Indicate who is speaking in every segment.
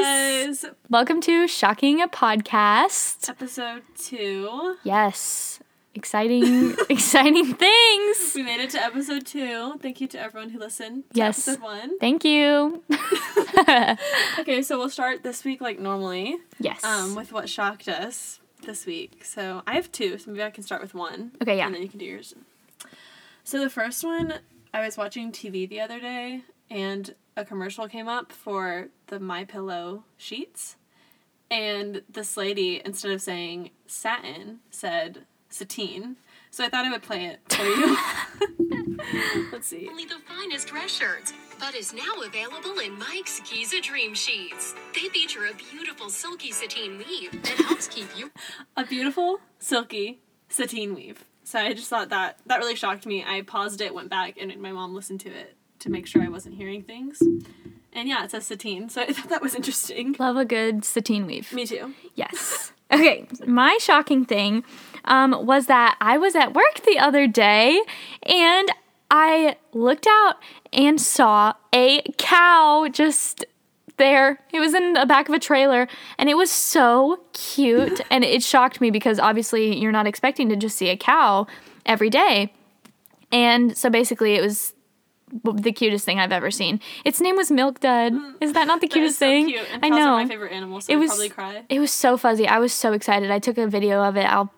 Speaker 1: guys. Welcome to Shocking a Podcast.
Speaker 2: Episode two.
Speaker 1: Yes. Exciting, exciting things.
Speaker 2: We made it to episode two. Thank you to everyone who listened. to
Speaker 1: Yes.
Speaker 2: Episode one.
Speaker 1: Thank you.
Speaker 2: Okay, so we'll start this week like normally
Speaker 1: yes.
Speaker 2: um, with what shocked us this week. So I have two, so maybe I can start with one.
Speaker 1: Okay, yeah.
Speaker 2: And then you can do yours. So the first one, I was watching TV the other day and a commercial came up for the My Pillow sheets. And this lady, instead of saying satin, said satine. So I thought I would play it for you. Let's see.
Speaker 3: only the finest dress shirts, but is now available in Mike's Giza Dream Sheets. They feature a beautiful silky sateen weave that helps keep you
Speaker 2: a beautiful silky sateen weave. So I just thought that that really shocked me. I paused it, went back, and my mom listened to it to make sure I wasn't hearing things. And yeah, it says sateen, so I thought that was interesting.
Speaker 1: Love a good satine weave.
Speaker 2: Me too.
Speaker 1: Yes. Okay, my shocking thing um, was that I was at work the other day and I looked out and saw a cow just there. It was in the back of a trailer and it was so cute and it shocked me because obviously you're not expecting to just see a cow every day. And so basically it was the cutest thing I've ever seen. Its name was Milk Dud. Is that not the
Speaker 2: Mm. That is
Speaker 1: cutest
Speaker 2: so
Speaker 1: thing?
Speaker 2: Cute. And
Speaker 1: I
Speaker 2: cows
Speaker 1: know.
Speaker 2: Are my favorite animal, so
Speaker 1: It
Speaker 2: I
Speaker 1: was-
Speaker 2: probably cry.
Speaker 1: It was so fuzzy. I was so excited. I took a video of it. I'll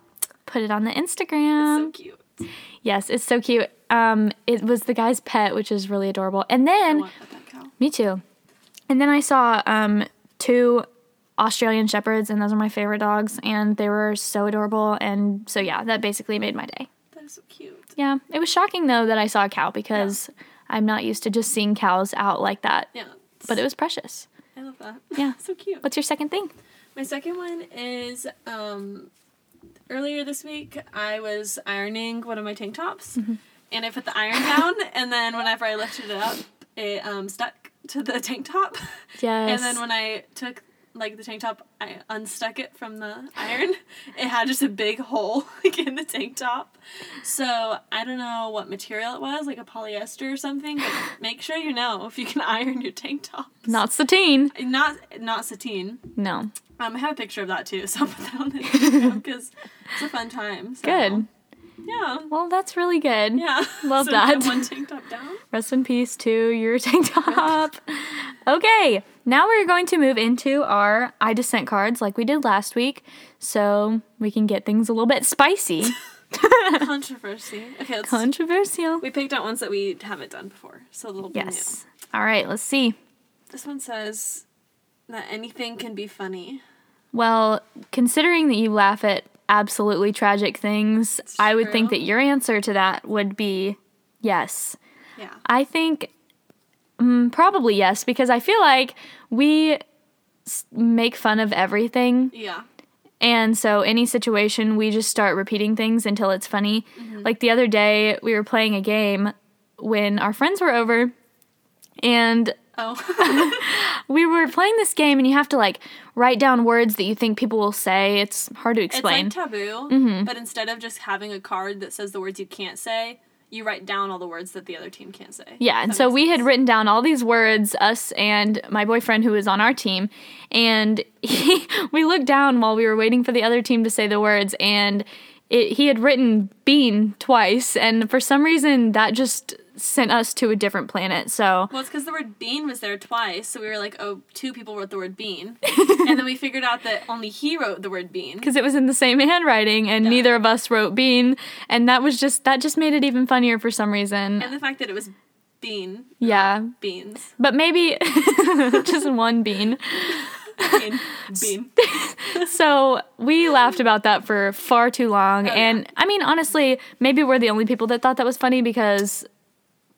Speaker 1: put it on the Instagram.
Speaker 2: so cute. I
Speaker 1: yes, it's so cute. Um, it was the guy's pet, which is really adorable. And then
Speaker 2: want that cow.
Speaker 1: me too. And then I saw um two Australian shepherds, and those are my favorite dogs, and they were so adorable. And so yeah, that basically made my day.
Speaker 2: That is so cute.
Speaker 1: Yeah, it was shocking though that I saw a cow because I'm not used to just seeing cows out like that.
Speaker 2: Yeah.
Speaker 1: But it was precious.
Speaker 2: I love that.
Speaker 1: Yeah.
Speaker 2: so cute.
Speaker 1: What's your second thing?
Speaker 2: My second one is um, earlier this week I was ironing one of my tank tops,
Speaker 1: Mm-hmm.
Speaker 2: and I put the iron down, and then whenever I lifted it up, it um, stuck to the tank top.
Speaker 1: Yes.
Speaker 2: And then when I took like the tank top, I unstuck it from the iron. it had just a big hole like in the tank top. So I don't know what material it was, like a polyester or something. But make sure you know if you can iron your tank top.
Speaker 1: Not Satine.
Speaker 2: Not not satine.
Speaker 1: No.
Speaker 2: Um, I have a picture of that too, so I'll put that on the Instagram because it's a fun time. so,
Speaker 1: Good.
Speaker 2: Yeah.
Speaker 1: Well, that's really good.
Speaker 2: Yeah.
Speaker 1: Love
Speaker 2: So we have
Speaker 1: that.
Speaker 2: One tank top down.
Speaker 1: Rest in peace to your tank top. okay, now we're going to move into our I Dissent cards like we did last week so we can get things a little bit spicy.
Speaker 2: Controversy. Okay. Let's,
Speaker 1: Controversial.
Speaker 2: we picked out ones that we haven't done before, so they'll be new.
Speaker 1: Yes. All right, let's see.
Speaker 2: This one says that anything can be funny.
Speaker 1: Well, considering that you laugh at absolutely tragic things, I would think
Speaker 2: true.
Speaker 1: that your answer to that would be yes.
Speaker 2: Yeah.
Speaker 1: I think mm, probably yes, because I feel like we s- make fun of everything
Speaker 2: Yeah.
Speaker 1: And so, any situation, we just start repeating things until it's funny.
Speaker 2: Mm-hmm.
Speaker 1: Like the other day, we were playing a game when our friends were over, and
Speaker 2: Oh.
Speaker 1: we were playing this game, and you have to like write down words that you think people will say. It's hard to
Speaker 2: it's
Speaker 1: explain. Mm-hmm.
Speaker 2: like taboo, but instead of just having a card that says the words you can't say, you write down all the words that the other team can't say.
Speaker 1: yeah, and so we had written down all these words, us and my boyfriend who was on our team, and he, we looked down while we were waiting for the other team to say the words, and it, he had written bean twice, and for some reason that just sent us to a different planet. So
Speaker 2: Well, it's because the word bean was there twice, so we were like, oh, two people wrote the word bean. and then we figured out that only he wrote the word bean.
Speaker 1: because it was in the same handwriting, and neither of us wrote bean, and that was just that just made it even funnier for some reason.
Speaker 2: And the fact that it was bean,
Speaker 1: yeah,
Speaker 2: beans,
Speaker 1: but maybe just one bean.
Speaker 2: bean, bean.
Speaker 1: So we laughed about that for far too long.
Speaker 2: Oh,
Speaker 1: and I mean, honestly, maybe we're the only people that thought that was funny because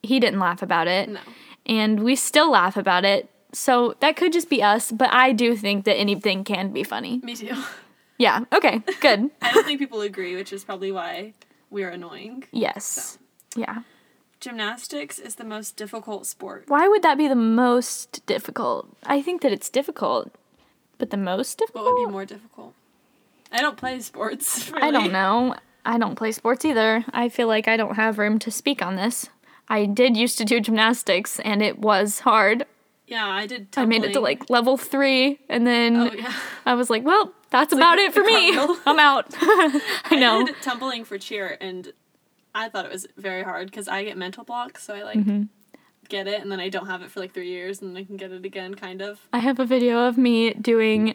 Speaker 1: he didn't laugh about it.
Speaker 2: No.
Speaker 1: And we still laugh about it. So that could just be us, but I do think that anything can be funny.
Speaker 2: Me too.
Speaker 1: Yeah. Okay. Good.
Speaker 2: I don't think people agree, which is probably why we're annoying.
Speaker 1: yes. Yeah.
Speaker 2: Gymnastics is the most difficult sport.
Speaker 1: Why would that be the most difficult? I think that it's difficult, but the most difficult?
Speaker 2: What would be more difficult? I don't play sports. Really.
Speaker 1: I don't know. I don't play sports either. I feel like I don't have room to speak on this. I did used to do gymnastics and it was hard.
Speaker 2: Yeah, I did.
Speaker 1: I made it to
Speaker 2: tumbling.
Speaker 1: like level three, and then
Speaker 2: Oh, yeah.
Speaker 1: I was like, well, that's about it for
Speaker 2: the
Speaker 1: me.
Speaker 2: cartwheel.
Speaker 1: I'm out. I
Speaker 2: I
Speaker 1: know.
Speaker 2: did tumbling for cheer, and I thought it was very hard because I get mental blocks, so I like
Speaker 1: Mm-hmm.
Speaker 2: get it, and then I don't have it for like three years, and then I can get it again, kind of.
Speaker 1: I have a video of me doing,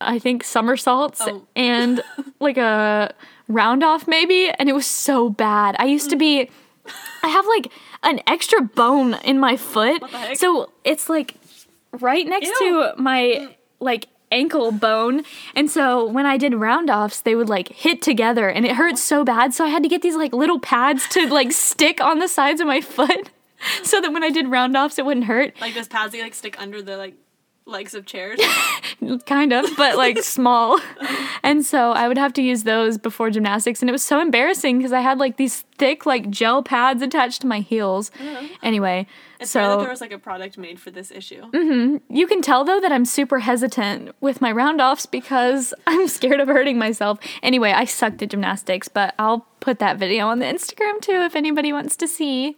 Speaker 1: I think, somersaults
Speaker 2: Oh.
Speaker 1: and like a round off, maybe. And it was so bad. I used to be,
Speaker 2: Mm.
Speaker 1: I have like an extra bone in my foot.
Speaker 2: the heck?
Speaker 1: So it's like right next
Speaker 2: Ew. Mm.
Speaker 1: to my like ankle bone. And so when I did round offs, they would like hit together and it hurt so bad. So I had to get these like little pads to like stick on the sides of my foot. So that when I did round offs, it wouldn't hurt.
Speaker 2: Like those pads that you, like stick under the like legs of chairs.
Speaker 1: kind of, but like small. And so I would have to use those before gymnastics. And it was so embarrassing because I had like these thick, like gel pads attached to my heels. Anyway,
Speaker 2: Uh-huh. It's so that there
Speaker 1: so Mm.
Speaker 2: was like a product made for this issue.
Speaker 1: you can tell though that I'm super hesitant with my round offs because I'm scared of hurting myself. Anyway, I sucked at gymnastics, but I'll put that video on the Instagram too if anybody wants to see.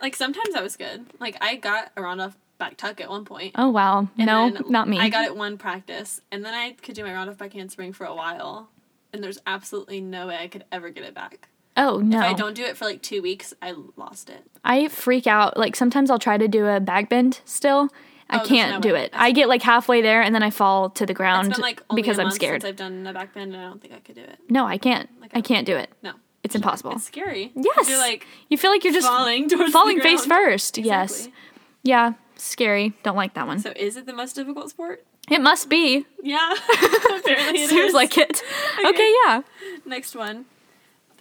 Speaker 2: Like sometimes I was good. Like I got a round off back tuck at one point.
Speaker 1: Oh, wow. no,
Speaker 2: And then
Speaker 1: not me.
Speaker 2: I got it one practice, and then I could do my round off back handspring for a while, and there's absolutely no way I could ever get it back.
Speaker 1: oh, no.
Speaker 2: If I don't do it for like two weeks, I lost it.
Speaker 1: I freak out. Like sometimes I'll try to do a back bend still. I
Speaker 2: Oh, there's
Speaker 1: can't
Speaker 2: no
Speaker 1: do
Speaker 2: way.
Speaker 1: it. I get like halfway there and then I fall to the ground
Speaker 2: It's been like only
Speaker 1: because
Speaker 2: a
Speaker 1: I'm
Speaker 2: month
Speaker 1: scared.
Speaker 2: Since I've done a back bend, and I don't think I could do it.
Speaker 1: no, I can't. I
Speaker 2: I-
Speaker 1: can't do it.
Speaker 2: No,
Speaker 1: It's impossible.
Speaker 2: it's scary. 'cause
Speaker 1: yes.
Speaker 2: you're like
Speaker 1: you feel like you're just
Speaker 2: falling towards the
Speaker 1: falling face
Speaker 2: ground.
Speaker 1: first. Yes.
Speaker 2: Exactly.
Speaker 1: Yeah. Scary. Don't like that one.
Speaker 2: So is it the most difficult sport?
Speaker 1: it must be.
Speaker 2: Yeah, apparently it
Speaker 1: Seems
Speaker 2: is.
Speaker 1: like it. Okay. yeah.
Speaker 2: Next one.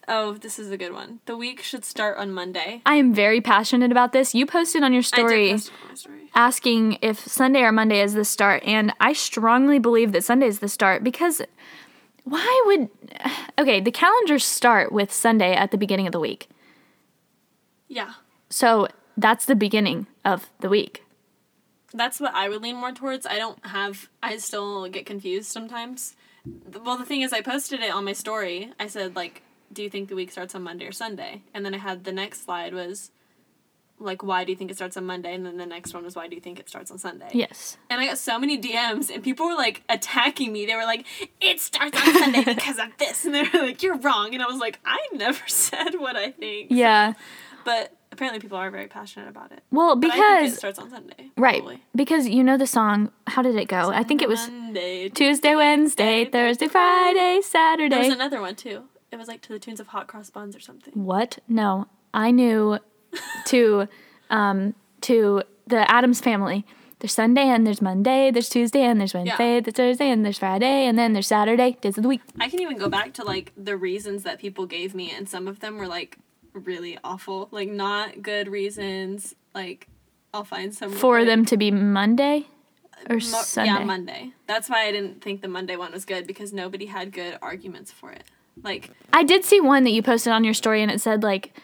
Speaker 2: Oh, this is a good one. The week should start on Monday.
Speaker 1: I am very passionate about this. You posted on your story.
Speaker 2: I did post it on my story.
Speaker 1: asking if Sunday or Monday is the start, and I strongly believe that Sunday is the start because why would okay the calendars start with Sunday at the beginning of the week,
Speaker 2: Yeah,
Speaker 1: so that's the beginning of the week.
Speaker 2: that's what I would lean more towards. I don't have. I still get confused sometimes. Well, the thing is, I posted it on my story. I said like, "Do you think the week starts on Monday or Sunday?" And then I had the next slide was, like, "Why do you think it starts on Monday?" And then the next one was, "Why do you think it starts on Sunday?"
Speaker 1: Yes,
Speaker 2: And I got so many DMs, and people were like attacking me. They were like, "It starts on Sunday because of this," and they were like, "You're wrong." And I was like, "I never said what I think."
Speaker 1: yeah.
Speaker 2: But apparently, people are very passionate about it.
Speaker 1: Well,
Speaker 2: But I think
Speaker 1: because
Speaker 2: it starts on Sunday.
Speaker 1: right
Speaker 2: probably.
Speaker 1: because you know the song. How did it go? I think it was
Speaker 2: Monday.
Speaker 1: Tuesday, Wednesday, Thursday, Friday,
Speaker 2: There was
Speaker 1: Saturday.
Speaker 2: another one too. It was like to the tunes of Hot Cross Buns or something.
Speaker 1: What? No, I knew to um to the Adams family. There's Sunday and there's Monday, there's Tuesday and there's Wednesday, there's Thursday and there's Friday, and then there's Saturday, days of the week.
Speaker 2: I can even go back to like the reasons that people gave me, and some of them were like really awful, like not good reasons. Like I'll find some
Speaker 1: For
Speaker 2: like,
Speaker 1: them to be Monday or
Speaker 2: mo-
Speaker 1: Sunday.
Speaker 2: Yeah, Monday. That's why I didn't think the Monday one was good because nobody had good arguments for it. Like
Speaker 1: I did see one that you posted on your story and it said like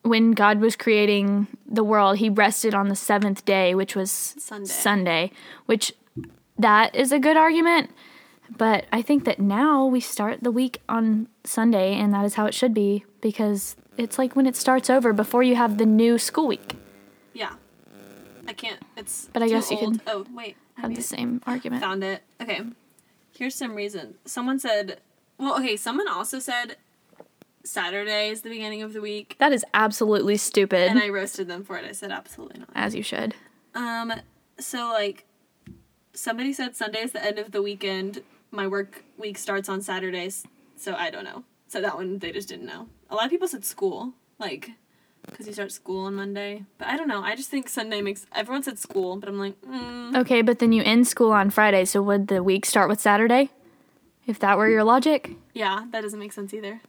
Speaker 1: when God was creating the world, he rested on the seventh day, which was
Speaker 2: Sunday.
Speaker 1: Sunday, which that is a good argument. But I think that now we start the week on Sunday and that is how it should be because it's like when it starts over before you have the new school week.
Speaker 2: yeah, I can't. It's
Speaker 1: But I
Speaker 2: too
Speaker 1: guess you
Speaker 2: old.
Speaker 1: can
Speaker 2: Oh wait,
Speaker 1: Have the same argument.
Speaker 2: Found it. Okay. Here's some reason. Someone said, well, okay, someone also said Saturday is the beginning of the week,
Speaker 1: That is absolutely stupid.
Speaker 2: and I roasted them for it. I said, absolutely not.
Speaker 1: as you should.
Speaker 2: Um, so, like, somebody said Sunday is the end of the weekend. My work week starts on Saturdays, so I don't know. So that one, they just didn't know. A lot of people said school, like, because you start school on Monday. But I don't know. I just think Sunday makes. Everyone said school, but I'm like, mm,
Speaker 1: Okay, but then you end school on Friday, so would the week start with Saturday? If that were your logic?
Speaker 2: yeah, that doesn't make sense either.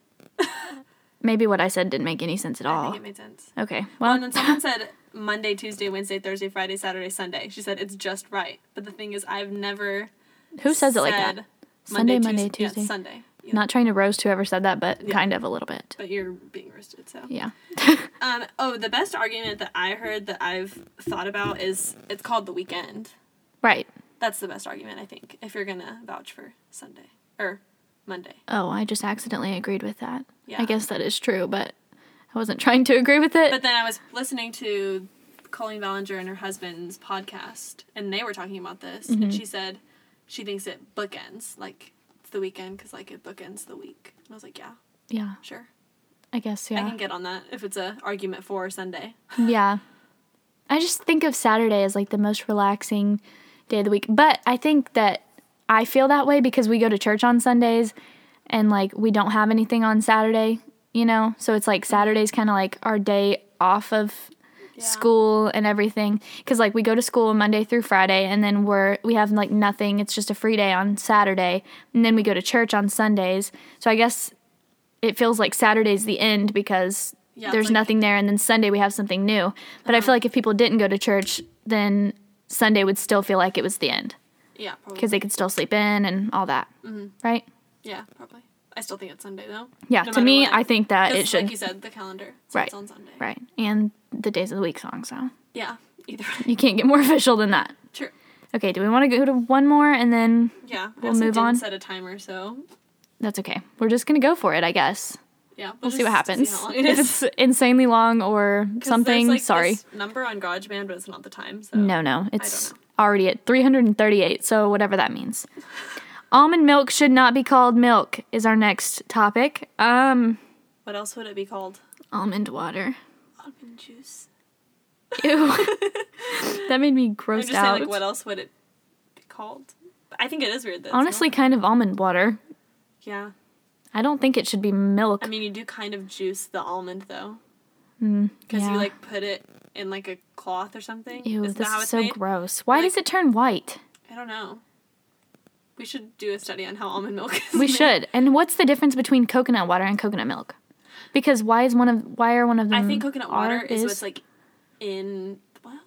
Speaker 1: Maybe what I said didn't make any sense at
Speaker 2: I
Speaker 1: all.
Speaker 2: think it made sense.
Speaker 1: Okay.
Speaker 2: Oh,
Speaker 1: Well,
Speaker 2: and then someone said Monday, Tuesday, Wednesday, Thursday, Friday, Saturday, Sunday. She said it's just right. But the thing is, I've never
Speaker 1: who says it like that?
Speaker 2: said
Speaker 1: Sunday, Monday,
Speaker 2: Tues- yeah,
Speaker 1: Tuesday.
Speaker 2: Sunday. You-
Speaker 1: Not trying to roast whoever said that, but kind of a little bit.
Speaker 2: But you're being roasted, so.
Speaker 1: Yeah.
Speaker 2: Um, oh, the best argument that I heard that I've thought about is it's called the weekend.
Speaker 1: Right.
Speaker 2: That's the best argument, I think, if you're going to vouch for Sunday or Monday.
Speaker 1: Oh, I just accidentally agreed with that.
Speaker 2: Yeah.
Speaker 1: I guess that is true, but I wasn't trying to agree with it.
Speaker 2: But then I was listening to Colleen Ballinger and her husband's podcast, and they were talking about this,
Speaker 1: Mm-hmm.
Speaker 2: and she said she thinks it bookends like it's the weekend because like it bookends the week. And I was like, yeah,
Speaker 1: Yeah,
Speaker 2: sure,
Speaker 1: I guess.
Speaker 2: I
Speaker 1: Yeah,
Speaker 2: can get on that if it's a argument for Sunday.
Speaker 1: yeah. I just think of Saturday as like the most relaxing day of the week, but I think that I feel that way because we go to church on Sundays, and like we don't have anything on Saturday, you know. So it's
Speaker 2: Mm-hmm.
Speaker 1: like Saturday's kind of like our day off of
Speaker 2: Yeah.
Speaker 1: school and everything because like we go to school monday through friday and then we're we have like nothing it's just a free day on saturday and then we go to church on sundays so i guess it feels like saturday's the end because
Speaker 2: Yeah, it's
Speaker 1: there's
Speaker 2: like- Uh-huh.
Speaker 1: nothing there and then sunday we have something new but i feel like if people didn't go to church then sunday would still feel like it was the end
Speaker 2: Yeah, probably.
Speaker 1: because they could still sleep in and all that
Speaker 2: Mm-hmm.
Speaker 1: right
Speaker 2: yeah, probably. I still think it's Sunday though.
Speaker 1: yeah
Speaker 2: No
Speaker 1: to
Speaker 2: matter
Speaker 1: me
Speaker 2: what.
Speaker 1: i think that
Speaker 2: 'Cause
Speaker 1: it should
Speaker 2: like you said, the calendar. So
Speaker 1: Right.
Speaker 2: It's on Sunday.
Speaker 1: right and the days of the week song so
Speaker 2: Yeah. Either way.
Speaker 1: you can't get more official than that
Speaker 2: True.
Speaker 1: Okay, do we want to go to one more and then
Speaker 2: Yeah. I
Speaker 1: We'll
Speaker 2: also
Speaker 1: move
Speaker 2: didn't
Speaker 1: on.
Speaker 2: Set a timer, so
Speaker 1: that's okay. We're just going to go for it, I guess.
Speaker 2: yeah.
Speaker 1: We'll see what
Speaker 2: just
Speaker 1: happens.
Speaker 2: how long it
Speaker 1: if
Speaker 2: is.
Speaker 1: it's insanely long or
Speaker 2: 'Cause there's,
Speaker 1: something,
Speaker 2: like,
Speaker 1: sorry.
Speaker 2: this number on GarageBand, but it's not the time. So
Speaker 1: No, no. It's
Speaker 2: know.
Speaker 1: already at 338, so whatever that means. Almond milk should not be called milk is our next topic. Um
Speaker 2: What else would it be called?
Speaker 1: almond water.
Speaker 2: Almond juice.
Speaker 1: Ew. that made me
Speaker 2: I'm
Speaker 1: grossed
Speaker 2: just
Speaker 1: out.
Speaker 2: saying, like, what else would it be called? I think it is weird. That it's
Speaker 1: Honestly, kind of almond water.
Speaker 2: not- yeah.
Speaker 1: I don't think it should be milk.
Speaker 2: I mean, you do kind of juice the almond though, because
Speaker 1: Mm, yeah.
Speaker 2: you like put it in like a cloth or something.
Speaker 1: Ew,
Speaker 2: Isn't that
Speaker 1: this
Speaker 2: how
Speaker 1: is
Speaker 2: it's
Speaker 1: so
Speaker 2: made?
Speaker 1: gross. Why
Speaker 2: Like-
Speaker 1: does it turn white?
Speaker 2: I don't know. We should do a study on how almond milk is.
Speaker 1: We
Speaker 2: made.
Speaker 1: should. And what's the difference between coconut water and coconut milk? Because why is one of why are one of them?
Speaker 2: I think coconut water
Speaker 1: are-
Speaker 2: is, what's like in. Well,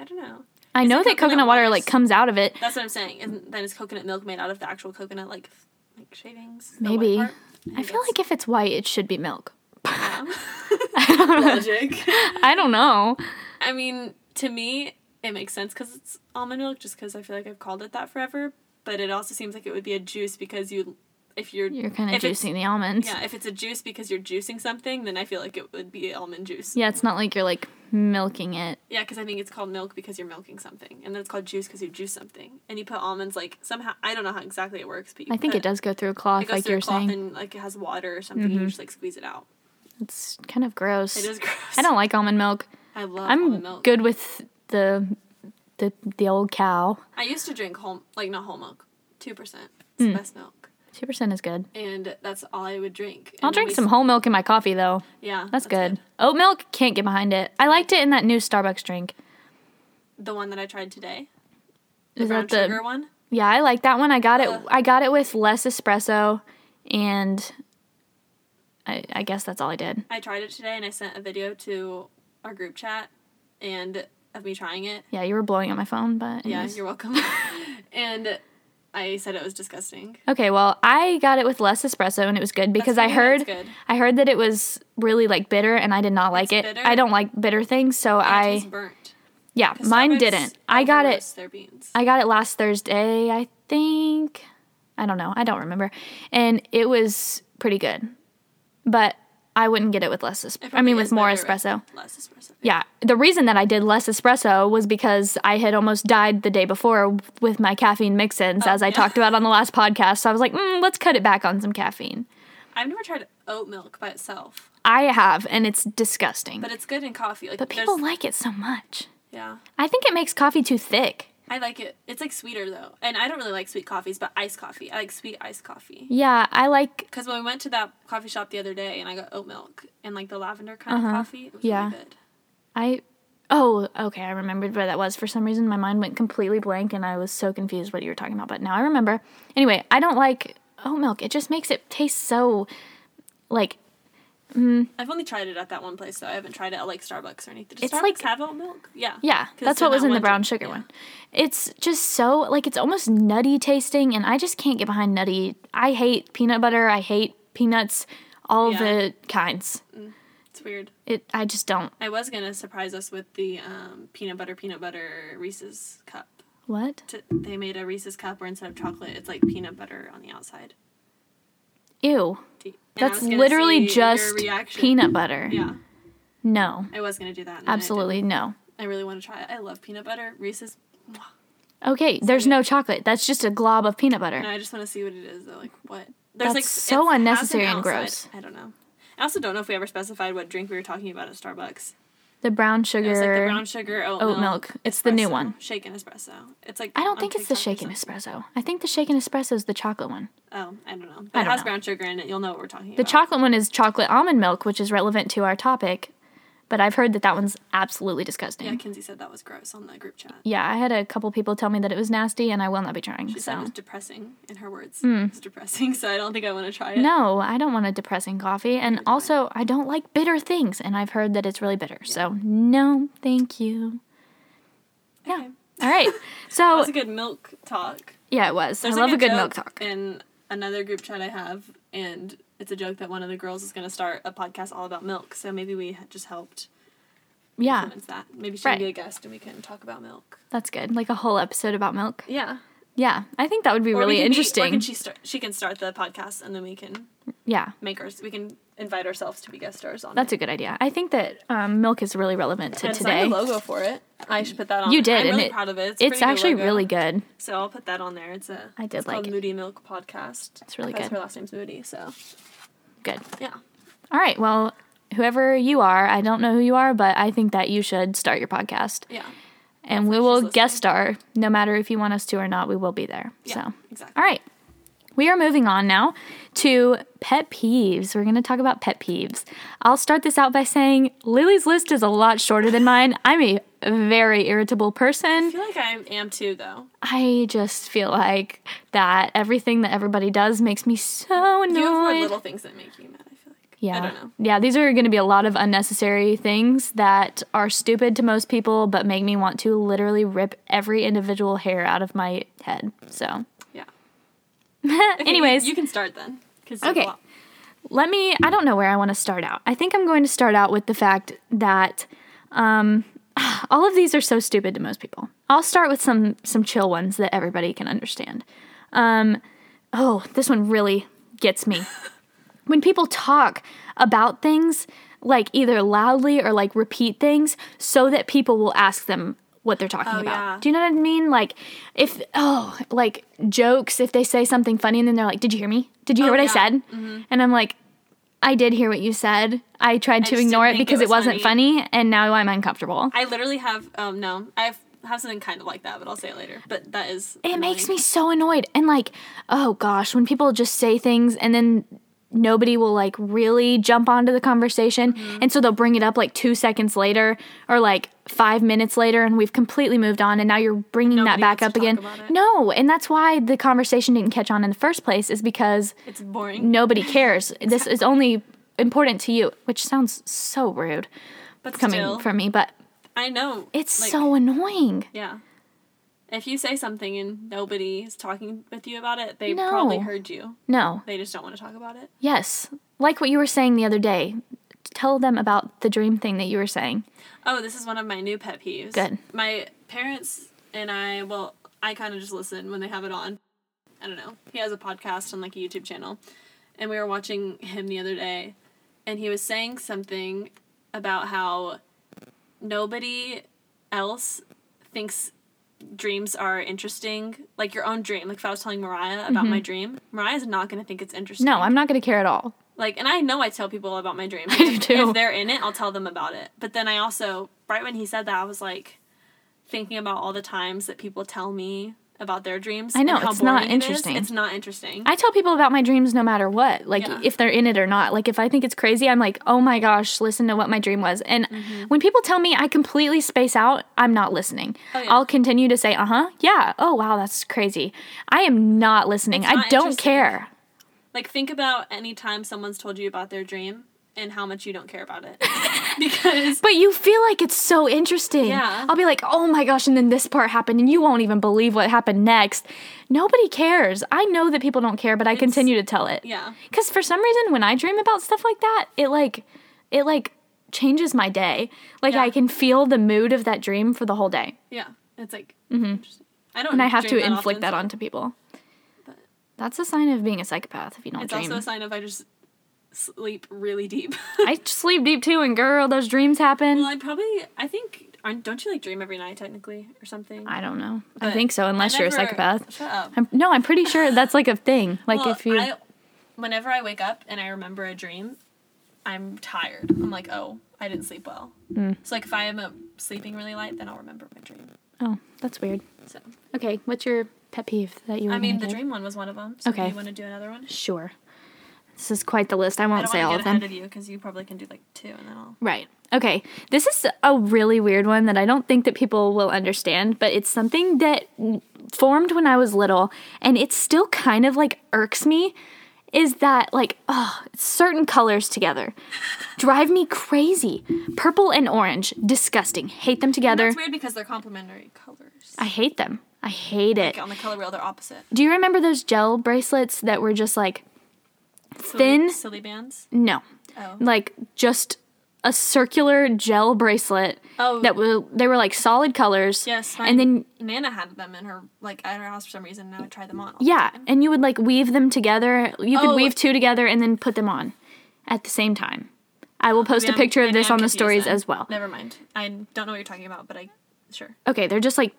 Speaker 2: I don't know.
Speaker 1: I
Speaker 2: is
Speaker 1: know
Speaker 2: it
Speaker 1: that coconut,
Speaker 2: coconut
Speaker 1: water
Speaker 2: water's-
Speaker 1: like comes out of it.
Speaker 2: That's what I'm saying. And then is coconut milk made out of the actual coconut, like f- like shavings? The white
Speaker 1: Maybe.
Speaker 2: part?
Speaker 1: I feel like if it's white, it should be milk.
Speaker 2: guess. logic.
Speaker 1: I don't know.
Speaker 2: I mean, to me, it makes sense because it's almond milk, just because I feel like I've called it that forever. But it also seems like it would be a juice because you, if you're,
Speaker 1: You're kind of
Speaker 2: if it's-
Speaker 1: juicing the almonds.
Speaker 2: Yeah, if it's a juice because you're juicing something, then I feel like it would be almond juice.
Speaker 1: Yeah, it's not like you're like milking it.
Speaker 2: Yeah, because I think it's called milk because you're milking something, and then it's called juice because you juice something, and you put almonds like somehow I don't know how exactly it works, but you
Speaker 1: I think
Speaker 2: put-
Speaker 1: it does go through a cloth,
Speaker 2: It goes
Speaker 1: like
Speaker 2: through
Speaker 1: you're
Speaker 2: a cloth
Speaker 1: saying. Mm-hmm.
Speaker 2: and like it has water or something. And you just like squeeze it out.
Speaker 1: It's kind of gross.
Speaker 2: It is gross.
Speaker 1: I don't like almond milk.
Speaker 2: I love almond
Speaker 1: I'm
Speaker 2: milk.
Speaker 1: good with the the the old cow.
Speaker 2: I used to drink whole like not whole milk, two percent. It's
Speaker 1: Hmm.
Speaker 2: the best milk,
Speaker 1: Two percent is good.
Speaker 2: and that's all I would drink.
Speaker 1: I'll
Speaker 2: And
Speaker 1: drink
Speaker 2: we-
Speaker 1: some whole milk in my coffee though.
Speaker 2: Yeah,
Speaker 1: That's, good. Oat milk can't get behind it. I liked it in that new Starbucks drink.
Speaker 2: The one that I tried today, the
Speaker 1: Is
Speaker 2: brown
Speaker 1: that the
Speaker 2: sugar one.
Speaker 1: Yeah, I like that one. I got it
Speaker 2: Ugh.
Speaker 1: I got it with less espresso and I, I guess that's all I did.
Speaker 2: I tried it today, and I sent a video to our group chat, and of me trying it.
Speaker 1: Yeah, you were blowing up my phone, but
Speaker 2: Yeah,
Speaker 1: anyways.
Speaker 2: you're welcome. and I said it was disgusting.
Speaker 1: Okay, well, I got it with less espresso and it was good because I
Speaker 2: probably why
Speaker 1: heard
Speaker 2: it's good.
Speaker 1: I heard that it was really like bitter and I did not like
Speaker 2: It's
Speaker 1: it.
Speaker 2: bitter.
Speaker 1: I don't like bitter things, so
Speaker 2: It
Speaker 1: I
Speaker 2: tastes burnt.
Speaker 1: yeah,
Speaker 2: 'Cause
Speaker 1: mine
Speaker 2: Starbucks
Speaker 1: didn't. I got it
Speaker 2: overroasts Their beans.
Speaker 1: I got it last Thursday, I think. I don't know. I don't remember. And it was pretty good. But I wouldn't get it with less
Speaker 2: It
Speaker 1: espresso. I
Speaker 2: probably
Speaker 1: mean with
Speaker 2: is
Speaker 1: more
Speaker 2: better with
Speaker 1: espresso.
Speaker 2: Less espresso.
Speaker 1: Yeah. The reason that I did less espresso was because I had almost died the day before with my caffeine mix-ins as I
Speaker 2: Oh, yeah.
Speaker 1: talked about on the last podcast. So I was like, mm, let's cut it back on some caffeine.
Speaker 2: I've never tried oat milk by itself,
Speaker 1: I have and it's disgusting.
Speaker 2: but it's good in coffee. Like
Speaker 1: but
Speaker 2: there's-
Speaker 1: people like it so much.
Speaker 2: yeah,
Speaker 1: I think it makes coffee too thick.
Speaker 2: I like it. It's like sweeter though, and I don't really like sweet coffees, but iced coffee. I like sweet iced coffee.
Speaker 1: Yeah, I like
Speaker 2: Because when we went to that coffee shop the other day, and I got oat milk and like the lavender kind of coffee, it was
Speaker 1: Uh-huh. Yeah.
Speaker 2: really good.
Speaker 1: I oh okay I remembered where that was for some reason my mind went completely blank and I was so confused what you were talking about but now I remember anyway I don't like oat milk it just makes it taste so like
Speaker 2: I've only tried it at that one place though. I haven't tried it at like Starbucks or anything. Does
Speaker 1: It's
Speaker 2: Starbucks
Speaker 1: like-
Speaker 2: have oat milk? Yeah.
Speaker 1: yeah
Speaker 2: 'Cause
Speaker 1: that's what
Speaker 2: that
Speaker 1: was in the
Speaker 2: one
Speaker 1: brown
Speaker 2: did-
Speaker 1: sugar
Speaker 2: yeah.
Speaker 1: one it's just so like it's almost nutty tasting and I just can't get behind nutty I hate peanut butter I hate peanuts all
Speaker 2: Yeah.
Speaker 1: the kinds
Speaker 2: It's weird.
Speaker 1: it I just don't
Speaker 2: I was gonna surprise us with the um, peanut butter peanut butter Reese's cup.
Speaker 1: what
Speaker 2: T- They made a Reese's cup where instead of chocolate, it's like peanut butter on the outside.
Speaker 1: ew
Speaker 2: And I
Speaker 1: that's
Speaker 2: was gonna
Speaker 1: literally
Speaker 2: see your
Speaker 1: just
Speaker 2: reaction.
Speaker 1: peanut butter
Speaker 2: Yeah,
Speaker 1: no
Speaker 2: I was gonna do that. and then I
Speaker 1: absolutely no
Speaker 2: I really want to try it. I love peanut butter. Reese's. Mwah.
Speaker 1: Okay, there's no chocolate. That's just a glob of peanut butter.
Speaker 2: No, I just want to see what it is. Though. Like what? There's
Speaker 1: That's so
Speaker 2: it's half
Speaker 1: unnecessary and
Speaker 2: ounce.
Speaker 1: gross.
Speaker 2: I, I don't know. I also don't know if we ever specified what drink we were talking about at Starbucks.
Speaker 1: The brown sugar.
Speaker 2: It was like the brown sugar oat,
Speaker 1: Oat milk. It's the new
Speaker 2: espresso,
Speaker 1: one.
Speaker 2: Shaken espresso. It's like
Speaker 1: I don't
Speaker 2: on
Speaker 1: think it's the shaken
Speaker 2: TikTok or
Speaker 1: espresso. I think the shaken espresso is the chocolate one.
Speaker 2: something. Oh, I don't know.
Speaker 1: I
Speaker 2: But it
Speaker 1: don't
Speaker 2: has
Speaker 1: know.
Speaker 2: brown sugar in it. You'll know what we're talking
Speaker 1: The
Speaker 2: about.
Speaker 1: chocolate one is chocolate almond milk, which is relevant to our topic, but I've heard that that one's absolutely disgusting.
Speaker 2: Yeah,
Speaker 1: Yeah,
Speaker 2: Kinsey said that was gross on the group chat.
Speaker 1: I had a couple people tell me that it was nasty, and I will not be trying.
Speaker 2: She said it
Speaker 1: so. Hmm.
Speaker 2: was depressing in her words. It's depressing, so I don't think I want to try it.
Speaker 1: No, I don't want a depressing coffee, and also I don't like bitter things, and I've heard that it's really bitter. So no, thank you. Yeah.
Speaker 2: Okay.
Speaker 1: All right. So
Speaker 2: That's a good milk talk.
Speaker 1: yeah, it was.
Speaker 2: There's
Speaker 1: I
Speaker 2: like
Speaker 1: love a good
Speaker 2: joke
Speaker 1: milk talk.
Speaker 2: In another group chat I have, and it's a joke that one of the girls is going to start a podcast all about milk. So maybe we ha- just helped
Speaker 1: Yeah,
Speaker 2: influence that. Maybe she
Speaker 1: Right.
Speaker 2: can be a guest and we can talk about milk.
Speaker 1: that's good. Like a whole episode about milk.
Speaker 2: Yeah,
Speaker 1: Yeah, I think that would be really
Speaker 2: Be, or
Speaker 1: interesting.
Speaker 2: can she start? She can start the podcast, and then we can
Speaker 1: yeah.
Speaker 2: make our. We can invite ourselves to be guest stars on.
Speaker 1: That's
Speaker 2: it.
Speaker 1: a good idea. I think that um, milk is really relevant to
Speaker 2: I
Speaker 1: today.
Speaker 2: designed a logo for it. I should put that on.
Speaker 1: You did,
Speaker 2: I'm
Speaker 1: and
Speaker 2: really
Speaker 1: it-
Speaker 2: proud of it. It's, a
Speaker 1: It's
Speaker 2: pretty good
Speaker 1: actually
Speaker 2: logo.
Speaker 1: really good.
Speaker 2: So I'll put that on there. It's a.
Speaker 1: I did
Speaker 2: it's called
Speaker 1: like it.
Speaker 2: Moody Milk Podcast.
Speaker 1: It's really
Speaker 2: That's
Speaker 1: good.
Speaker 2: Her last name's Moody, so
Speaker 1: Good.
Speaker 2: yeah.
Speaker 1: All right. Well, whoever you are, I don't know who you are, but I think that you should start your podcast.
Speaker 2: Yeah.
Speaker 1: And we
Speaker 2: she's
Speaker 1: will
Speaker 2: listening.
Speaker 1: guest star. No matter if you want us to or not, we will be there.
Speaker 2: Yeah.
Speaker 1: So,
Speaker 2: Exactly.
Speaker 1: all right. We are moving on now to pet peeves. We're going to talk about pet peeves. I'll start this out by saying Lily's list is a lot shorter than mine. I'm a very irritable person.
Speaker 2: I feel like I am too, though.
Speaker 1: I just feel like that everything that everybody does makes me so annoyed.
Speaker 2: You have more little things that make you mad. I feel like.
Speaker 1: yeah.
Speaker 2: I don't know.
Speaker 1: Yeah, these are going to be a lot of unnecessary things that are stupid to most people but make me want to literally rip every individual hair out of my head. So,
Speaker 2: Yeah. Okay, you-
Speaker 1: anyways,
Speaker 2: you, can start then. 'cause you have a
Speaker 1: Okay.
Speaker 2: lot.
Speaker 1: let me I don't know where I want to start out. I think I'm going to start out with the fact that um all of these are so stupid to most people. I'll start with some some chill ones that everybody can understand. Um oh, this one really gets me. when people talk about things like either loudly or like repeat things so that people will ask them what they're talking about.
Speaker 2: Oh, yeah.
Speaker 1: Do you know what I mean? Like if oh, like jokes if they say something funny and then they're like, "Did you hear me? Did you hear what I
Speaker 2: Oh, yeah. Mm-hmm.
Speaker 1: said?" And I'm like, "I did hear what you said. I tried to
Speaker 2: just
Speaker 1: ignore it
Speaker 2: didn't think it
Speaker 1: because it,
Speaker 2: was
Speaker 1: was not funny. and now I'm uncomfortable."
Speaker 2: I literally have um no, I have, have something kind of like that, but I'll say it later. But that is
Speaker 1: it makes me so annoyed and like oh gosh when people just say things and then nobody will like really jump onto the conversation
Speaker 2: Mm-hmm.
Speaker 1: and so they'll bring it up like two seconds later or like five minutes later and we've completely moved on and now you're bringing that
Speaker 2: Nobody
Speaker 1: back
Speaker 2: wants
Speaker 1: up
Speaker 2: to talk
Speaker 1: again
Speaker 2: about it.
Speaker 1: no and that's why the conversation didn't catch on in the first place is because
Speaker 2: It's boring.
Speaker 1: nobody cares this is only important to you which sounds so rude
Speaker 2: but
Speaker 1: coming
Speaker 2: still,
Speaker 1: from me but
Speaker 2: I know
Speaker 1: it's
Speaker 2: like,
Speaker 1: so annoying
Speaker 2: yeah. If you say something and nobody's talking with you about it, they probably
Speaker 1: No.
Speaker 2: heard you.
Speaker 1: no
Speaker 2: They just don't want to talk about it.
Speaker 1: Yes. Like what you were saying the other day. Tell them about the dream thing that you were saying.
Speaker 2: Oh, this is one of my new pet peeves.
Speaker 1: Good.
Speaker 2: My parents and I, well, I kind of just listen when they have it on. I don't know. He has a podcast and like a YouTube channel. And we were watching him the other day, and he was saying something about how nobody else thinks dreams are interesting. Like your own dream. Like if I was telling Mariah about my dream, Mariah's not going to think it's interesting.
Speaker 1: Mm-hmm. No, I'm not going to care at all.
Speaker 2: Like, and I know I tell people about my dreams.
Speaker 1: do
Speaker 2: If-
Speaker 1: too.
Speaker 2: If they're in it, I'll tell them about it. But then I also, right when he said that, I was like thinking about all the times that people tell me about their dreams.
Speaker 1: I know,
Speaker 2: and how
Speaker 1: it's not
Speaker 2: boring it is.
Speaker 1: interesting.
Speaker 2: It's not interesting.
Speaker 1: I tell people about my dreams no matter what, like
Speaker 2: Yeah.
Speaker 1: if they're in it or not. Like if I think it's crazy, I'm like, "Oh my gosh, listen to what my dream was." And
Speaker 2: Mm-hmm.
Speaker 1: when people tell me I completely space out, I'm not listening.
Speaker 2: Oh, yeah.
Speaker 1: I'll continue to say, "Uh-huh. Yeah. Oh wow, that's crazy." I am not listening. I
Speaker 2: not
Speaker 1: don't
Speaker 2: interesting.
Speaker 1: care.
Speaker 2: like, think about any time someone's told you about their dream and how much you don't care about it. because
Speaker 1: But you feel like it's so interesting.
Speaker 2: Yeah.
Speaker 1: I'll be like, oh my gosh, and then this part happened, and you won't even believe what happened next. Nobody cares. I know that people don't care, but I continue to tell it.
Speaker 2: yeah,
Speaker 1: Because for some reason, when I dream about stuff like that, it like, it like changes my day. Like
Speaker 2: Yeah.
Speaker 1: I can feel the mood of that dream for the whole day,
Speaker 2: yeah, it's like interesting. I
Speaker 1: Mm-hmm.
Speaker 2: don't.
Speaker 1: and I have
Speaker 2: dream
Speaker 1: to
Speaker 2: that
Speaker 1: inflict
Speaker 2: often,
Speaker 1: that
Speaker 2: so
Speaker 1: onto people. That's a sign of being a psychopath if you don't
Speaker 2: It's
Speaker 1: dream.
Speaker 2: also a sign of I just sleep really deep.
Speaker 1: I sleep deep too, and girl, those dreams happen.
Speaker 2: Well, I probably I think aren't, don't you like dream every night technically or something?
Speaker 1: I don't know. I
Speaker 2: But
Speaker 1: think so, unless you're a
Speaker 2: never-
Speaker 1: psychopath.
Speaker 2: Shut up.
Speaker 1: I'm, no, I'm pretty sure that's like a thing. Like
Speaker 2: Well,
Speaker 1: if you,
Speaker 2: I, whenever I wake up and I remember a dream, I'm tired. I'm like, oh, I didn't sleep well.
Speaker 1: Hmm.
Speaker 2: So like if I am uh, sleeping really light, then I'll remember my dream.
Speaker 1: oh, that's weird.
Speaker 2: So
Speaker 1: Okay, what's your pet peeve that you?
Speaker 2: I
Speaker 1: were
Speaker 2: mean,
Speaker 1: gonna
Speaker 2: the
Speaker 1: give?
Speaker 2: dream one was one of them.
Speaker 1: Mm-hmm.
Speaker 2: So
Speaker 1: Okay.
Speaker 2: okay. You want to do another one?
Speaker 1: Sure. This is quite the list. I won't
Speaker 2: I don't
Speaker 1: say all
Speaker 2: want to
Speaker 1: of
Speaker 2: get
Speaker 1: them.
Speaker 2: ahead of you because you probably can do like two and then I'll.
Speaker 1: Right. Okay. This is a really weird one that I don't think that people will understand, but it's something that formed when I was little and it still kind of like irks me is that like oh, certain colors together drive me crazy. Purple and orange, disgusting. Hate them together.
Speaker 2: It's weird because they're complementary colors.
Speaker 1: I hate them. I hate it.
Speaker 2: Like on the color wheel, they're opposite.
Speaker 1: Do you remember those gel bracelets that were just like
Speaker 2: Silly,
Speaker 1: Thin-
Speaker 2: silly bands.
Speaker 1: no,
Speaker 2: Oh.
Speaker 1: like just a circular gel bracelet
Speaker 2: Oh.
Speaker 1: that were they were like solid colors.
Speaker 2: Yes. my
Speaker 1: And then
Speaker 2: Nana had them in her like at her house for some reason. And I would try them on. all the
Speaker 1: yeah,
Speaker 2: time.
Speaker 1: and you would like weave them together. You could
Speaker 2: Oh.
Speaker 1: weave two together and then put them on at the same time. I will post a
Speaker 2: Maybe I'm-
Speaker 1: picture of
Speaker 2: maybe
Speaker 1: this
Speaker 2: I'm
Speaker 1: on the
Speaker 2: confused
Speaker 1: stories
Speaker 2: then.
Speaker 1: as well.
Speaker 2: Never mind. I don't know what you're talking about, but I sure.
Speaker 1: Okay, they're just like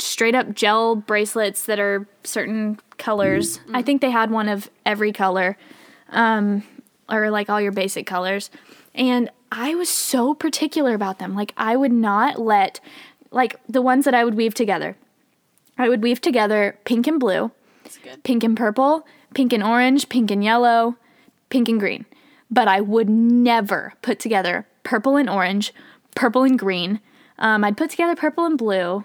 Speaker 1: straight up gel bracelets that are certain colors. I think they had one of every color, um, or like all your basic colors. And I was so particular about them. Like, I would not let, like, the ones that I would weave together. I would weave together pink and blue,
Speaker 2: It's good.
Speaker 1: pink and purple, pink and orange, pink and yellow, pink and green. But I would never put together purple and orange, purple and green. Um, I'd put together purple and blue.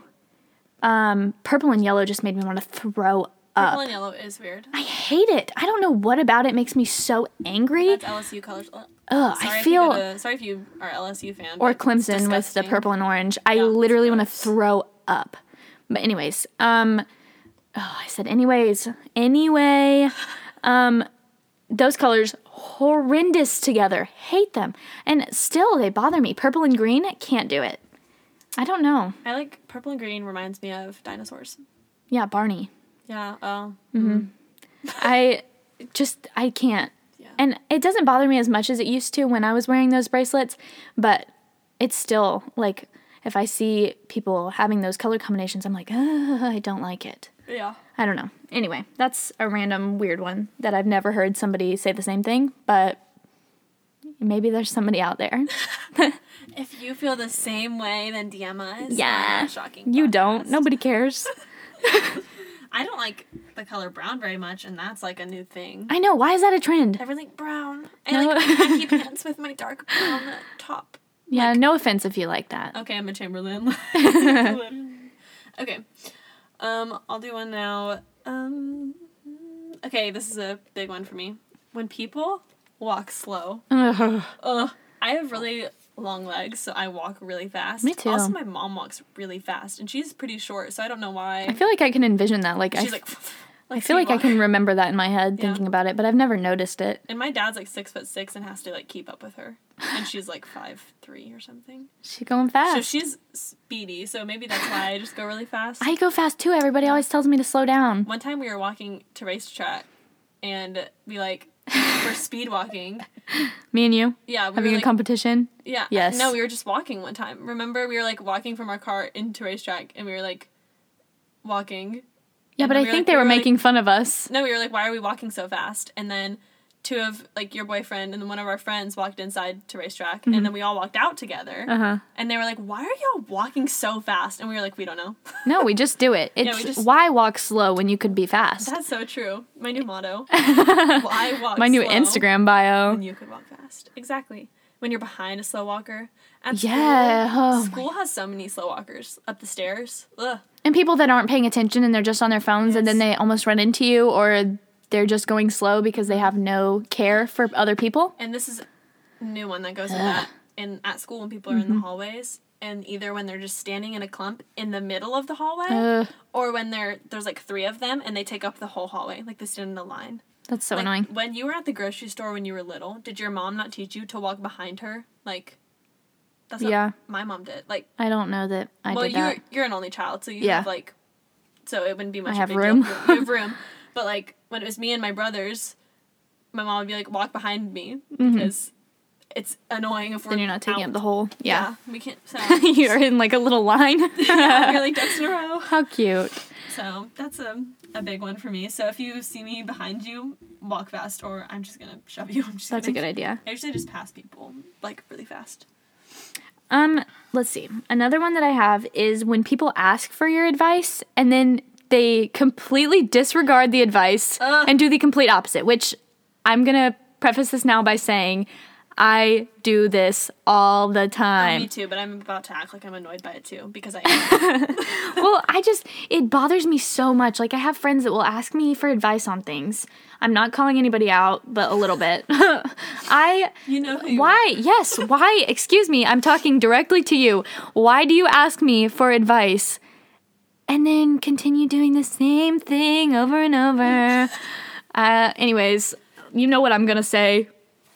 Speaker 1: Um, purple and yellow just made me want to throw up.
Speaker 2: Purple and yellow is weird.
Speaker 1: I hate it. I don't know what about it makes me so angry.
Speaker 2: That's LSU colors. Ugh,
Speaker 1: Ugh,
Speaker 2: sorry
Speaker 1: I
Speaker 2: if you
Speaker 1: feel
Speaker 2: go to- sorry if you are LSU fan.
Speaker 1: or
Speaker 2: but it's
Speaker 1: Clemson with the
Speaker 2: disgusting.
Speaker 1: purple and orange. I
Speaker 2: Yeah, it's
Speaker 1: literally want to throw up. But anyways, um, oh, I said anyways, anyway, um, those colors horrendous together. Hate them, and still they bother me. Purple and green can't do it. I don't know.
Speaker 2: I like purple and green. Reminds me of dinosaurs.
Speaker 1: Yeah, Barney.
Speaker 2: Yeah. Oh.
Speaker 1: I just I can't.
Speaker 2: Yeah.
Speaker 1: And it doesn't bother me as much as it used to when I was wearing those bracelets, but it's still like if I see people having those color combinations, I'm like, Ugh, I don't like it.
Speaker 2: Yeah.
Speaker 1: I don't know. Anyway, that's a random weird one that I've never heard somebody say the same thing, but maybe there's somebody out there.
Speaker 2: If you feel the same way, then DM us.
Speaker 1: Yeah.
Speaker 2: on our Shocking.
Speaker 1: You
Speaker 2: podcast.
Speaker 1: don't. Nobody cares.
Speaker 2: I don't like the color brown very much, and that's like a new thing.
Speaker 1: I know. Why is that a trend?
Speaker 2: Everything brown. I like khaki pants with my dark brown top.
Speaker 1: Yeah, no offense if you like that.
Speaker 2: Okay, I'm a Chamberlain. Literally. okay. Um, I'll do one now. Um, okay, this is a big one for me. When people walk slow,
Speaker 1: Ugh.
Speaker 2: ugh, I have really long legs, so I walk really fast.
Speaker 1: Me too.
Speaker 2: Also, my mom walks really fast, and she's pretty short, so I don't know why.
Speaker 1: I feel like I can envision that. Like I
Speaker 2: she's like,
Speaker 1: I feel like I can remember that in my head
Speaker 2: Yeah.
Speaker 1: thinking about it, but I've never noticed it.
Speaker 2: And my dad's like six foot six and has to like keep up with her, and she's like five three or something.
Speaker 1: She going
Speaker 2: So
Speaker 1: fast.
Speaker 2: she's speedy, so maybe that's why I just go really fast.
Speaker 1: I go fast too. Everybody always tells me to slow down.
Speaker 2: One time we were walking to racetrack, and we like were speed walking.
Speaker 1: Me and you
Speaker 2: Yeah, we
Speaker 1: having
Speaker 2: were
Speaker 1: a
Speaker 2: like,
Speaker 1: competition.
Speaker 2: yeah.
Speaker 1: Yes.
Speaker 2: No, we were just walking one time. Remember, we were like walking from our car into racetrack, and we were like walking.
Speaker 1: Yeah,
Speaker 2: And
Speaker 1: but
Speaker 2: then
Speaker 1: I
Speaker 2: we were
Speaker 1: think
Speaker 2: like-
Speaker 1: they
Speaker 2: we
Speaker 1: were
Speaker 2: were like-
Speaker 1: making fun of us.
Speaker 2: No, we were like, why are we walking so fast? And then two of like your boyfriend and then one of our friends walked inside to racetrack, and then we all walked out together.
Speaker 1: Mm-hmm. Uh-huh.
Speaker 2: And they were like, why are y'all walking so fast? And we were like, we don't know.
Speaker 1: No, we just do it. It's
Speaker 2: we just-
Speaker 1: why walk slow when you could be fast.
Speaker 2: That's so true. My new motto. why walk?
Speaker 1: My new
Speaker 2: slow?
Speaker 1: Instagram bio.
Speaker 2: when you could walk fast. Exactly. When you're behind a slow walker. At
Speaker 1: Yeah,
Speaker 2: School,
Speaker 1: oh my-
Speaker 2: school has so many slow walkers up the stairs. Ugh.
Speaker 1: And people that aren't paying attention and they're just on their phones and then they almost run into you or they're just going slow because they have no care for other people.
Speaker 2: And this is a new one that goes with that. And at school, when people are
Speaker 1: Mm-hmm.
Speaker 2: in the hallways, and either when they're just standing in a clump in the middle of the hallway,
Speaker 1: Ugh.
Speaker 2: or when they're there's like three of them and they take up the whole hallway, like they stand in a line.
Speaker 1: That's so
Speaker 2: Like,
Speaker 1: annoying.
Speaker 2: When you were at the grocery store when you were little, did your mom not teach you to walk behind her? Like, that's what
Speaker 1: Yeah.
Speaker 2: my mom did. Like,
Speaker 1: I don't know that I
Speaker 2: well,
Speaker 1: did
Speaker 2: you're
Speaker 1: that.
Speaker 2: you're an only child, so you
Speaker 1: Yeah.
Speaker 2: have like, so it wouldn't be much.
Speaker 1: have
Speaker 2: of a big
Speaker 1: room.
Speaker 2: Deal. You have room, but like when it was me and my brothers, my mom would be like, walk behind me because it's annoying if
Speaker 1: Mm-hmm.
Speaker 2: we're
Speaker 1: Then you're not taking
Speaker 2: out.
Speaker 1: up the whole. Yeah.
Speaker 2: we can't. So
Speaker 1: you're in like a little line.
Speaker 2: you're like ducks in a row.
Speaker 1: How cute.
Speaker 2: So that's a a big one for me. So if you see me behind you, walk fast, or I'm just gonna shove you. I'm just
Speaker 1: That's a
Speaker 2: gonna,
Speaker 1: good idea.
Speaker 2: I usually just pass people like really fast.
Speaker 1: Um, let's see. Another one that I have is when people ask for your advice and then they completely disregard the advice
Speaker 2: Ugh.
Speaker 1: and do the complete opposite, which I'm going to preface this now by saying I do this all the
Speaker 2: Oh, me
Speaker 1: time.
Speaker 2: too, but I'm about to act like I'm annoyed by it too because I am.
Speaker 1: well, I just it bothers me so much. Like I have friends that will ask me for advice on things. I'm not calling anybody out, but a little bit. I
Speaker 2: you know who you are.
Speaker 1: Why? Yes. Why? Excuse me. I'm talking directly to you. Why do you ask me for advice and then continue doing the same thing over and over? Uh, anyways, you know what I'm gonna say.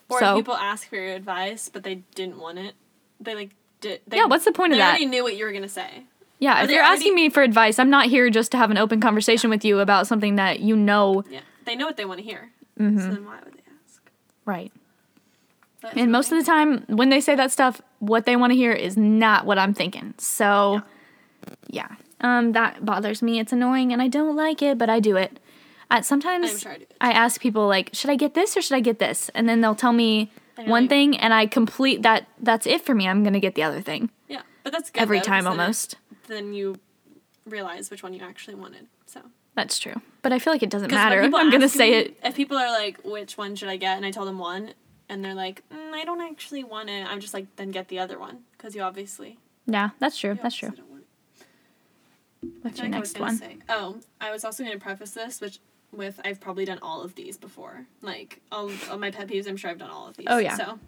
Speaker 2: Or
Speaker 1: So-
Speaker 2: people ask for your advice, but they didn't want it. They like did. They,
Speaker 1: Yeah, what's the point of
Speaker 2: they
Speaker 1: that?
Speaker 2: already knew what you were gonna say.
Speaker 1: Yeah.
Speaker 2: Are
Speaker 1: If
Speaker 2: they
Speaker 1: you're asking
Speaker 2: already-
Speaker 1: me for advice, I'm not here just to have an open conversation with you about something that you know.
Speaker 2: Yeah, they know what they want to hear.
Speaker 1: Mm-hmm.
Speaker 2: So then why would they ask?
Speaker 1: Right.
Speaker 2: That's
Speaker 1: And
Speaker 2: what
Speaker 1: most of the time, when they say that stuff, what they want to hear is not what I'm thinking. So, yeah, um, that bothers me. It's annoying, and I don't like it, but I do it. Uh, sometimes
Speaker 2: I'm sure I do it.
Speaker 1: ask people like, "Should I get this or should I get this?" And then they'll tell me
Speaker 2: And you're
Speaker 1: one
Speaker 2: like-
Speaker 1: thing, and I complete that. That's it for me. I'm gonna get the other thing
Speaker 2: Yeah, but that's good
Speaker 1: every
Speaker 2: though, 'cause
Speaker 1: time,
Speaker 2: then it-
Speaker 1: almost.
Speaker 2: Then you realize which one you actually wanted. So 'Cause
Speaker 1: That's true. But I feel like it doesn't
Speaker 2: when
Speaker 1: matter. I'm
Speaker 2: people
Speaker 1: gonna
Speaker 2: ask
Speaker 1: say
Speaker 2: me-
Speaker 1: it.
Speaker 2: If people are like, "Which one should I get?" and I tell them one, and they're like, mm, "I don't actually want it," I'm just like, "Then get the other one," because you obviously.
Speaker 1: Yeah, that's true.
Speaker 2: you
Speaker 1: That's
Speaker 2: obviously
Speaker 1: true.
Speaker 2: don't want it.
Speaker 1: What's
Speaker 2: I
Speaker 1: your
Speaker 2: think I was
Speaker 1: next
Speaker 2: gonna
Speaker 1: one?
Speaker 2: say- oh, I was also going to preface this, which with I've probably done all of these before. Like all, all my pet peeves, I'm sure I've done all of these.
Speaker 1: Oh, yeah.
Speaker 2: So,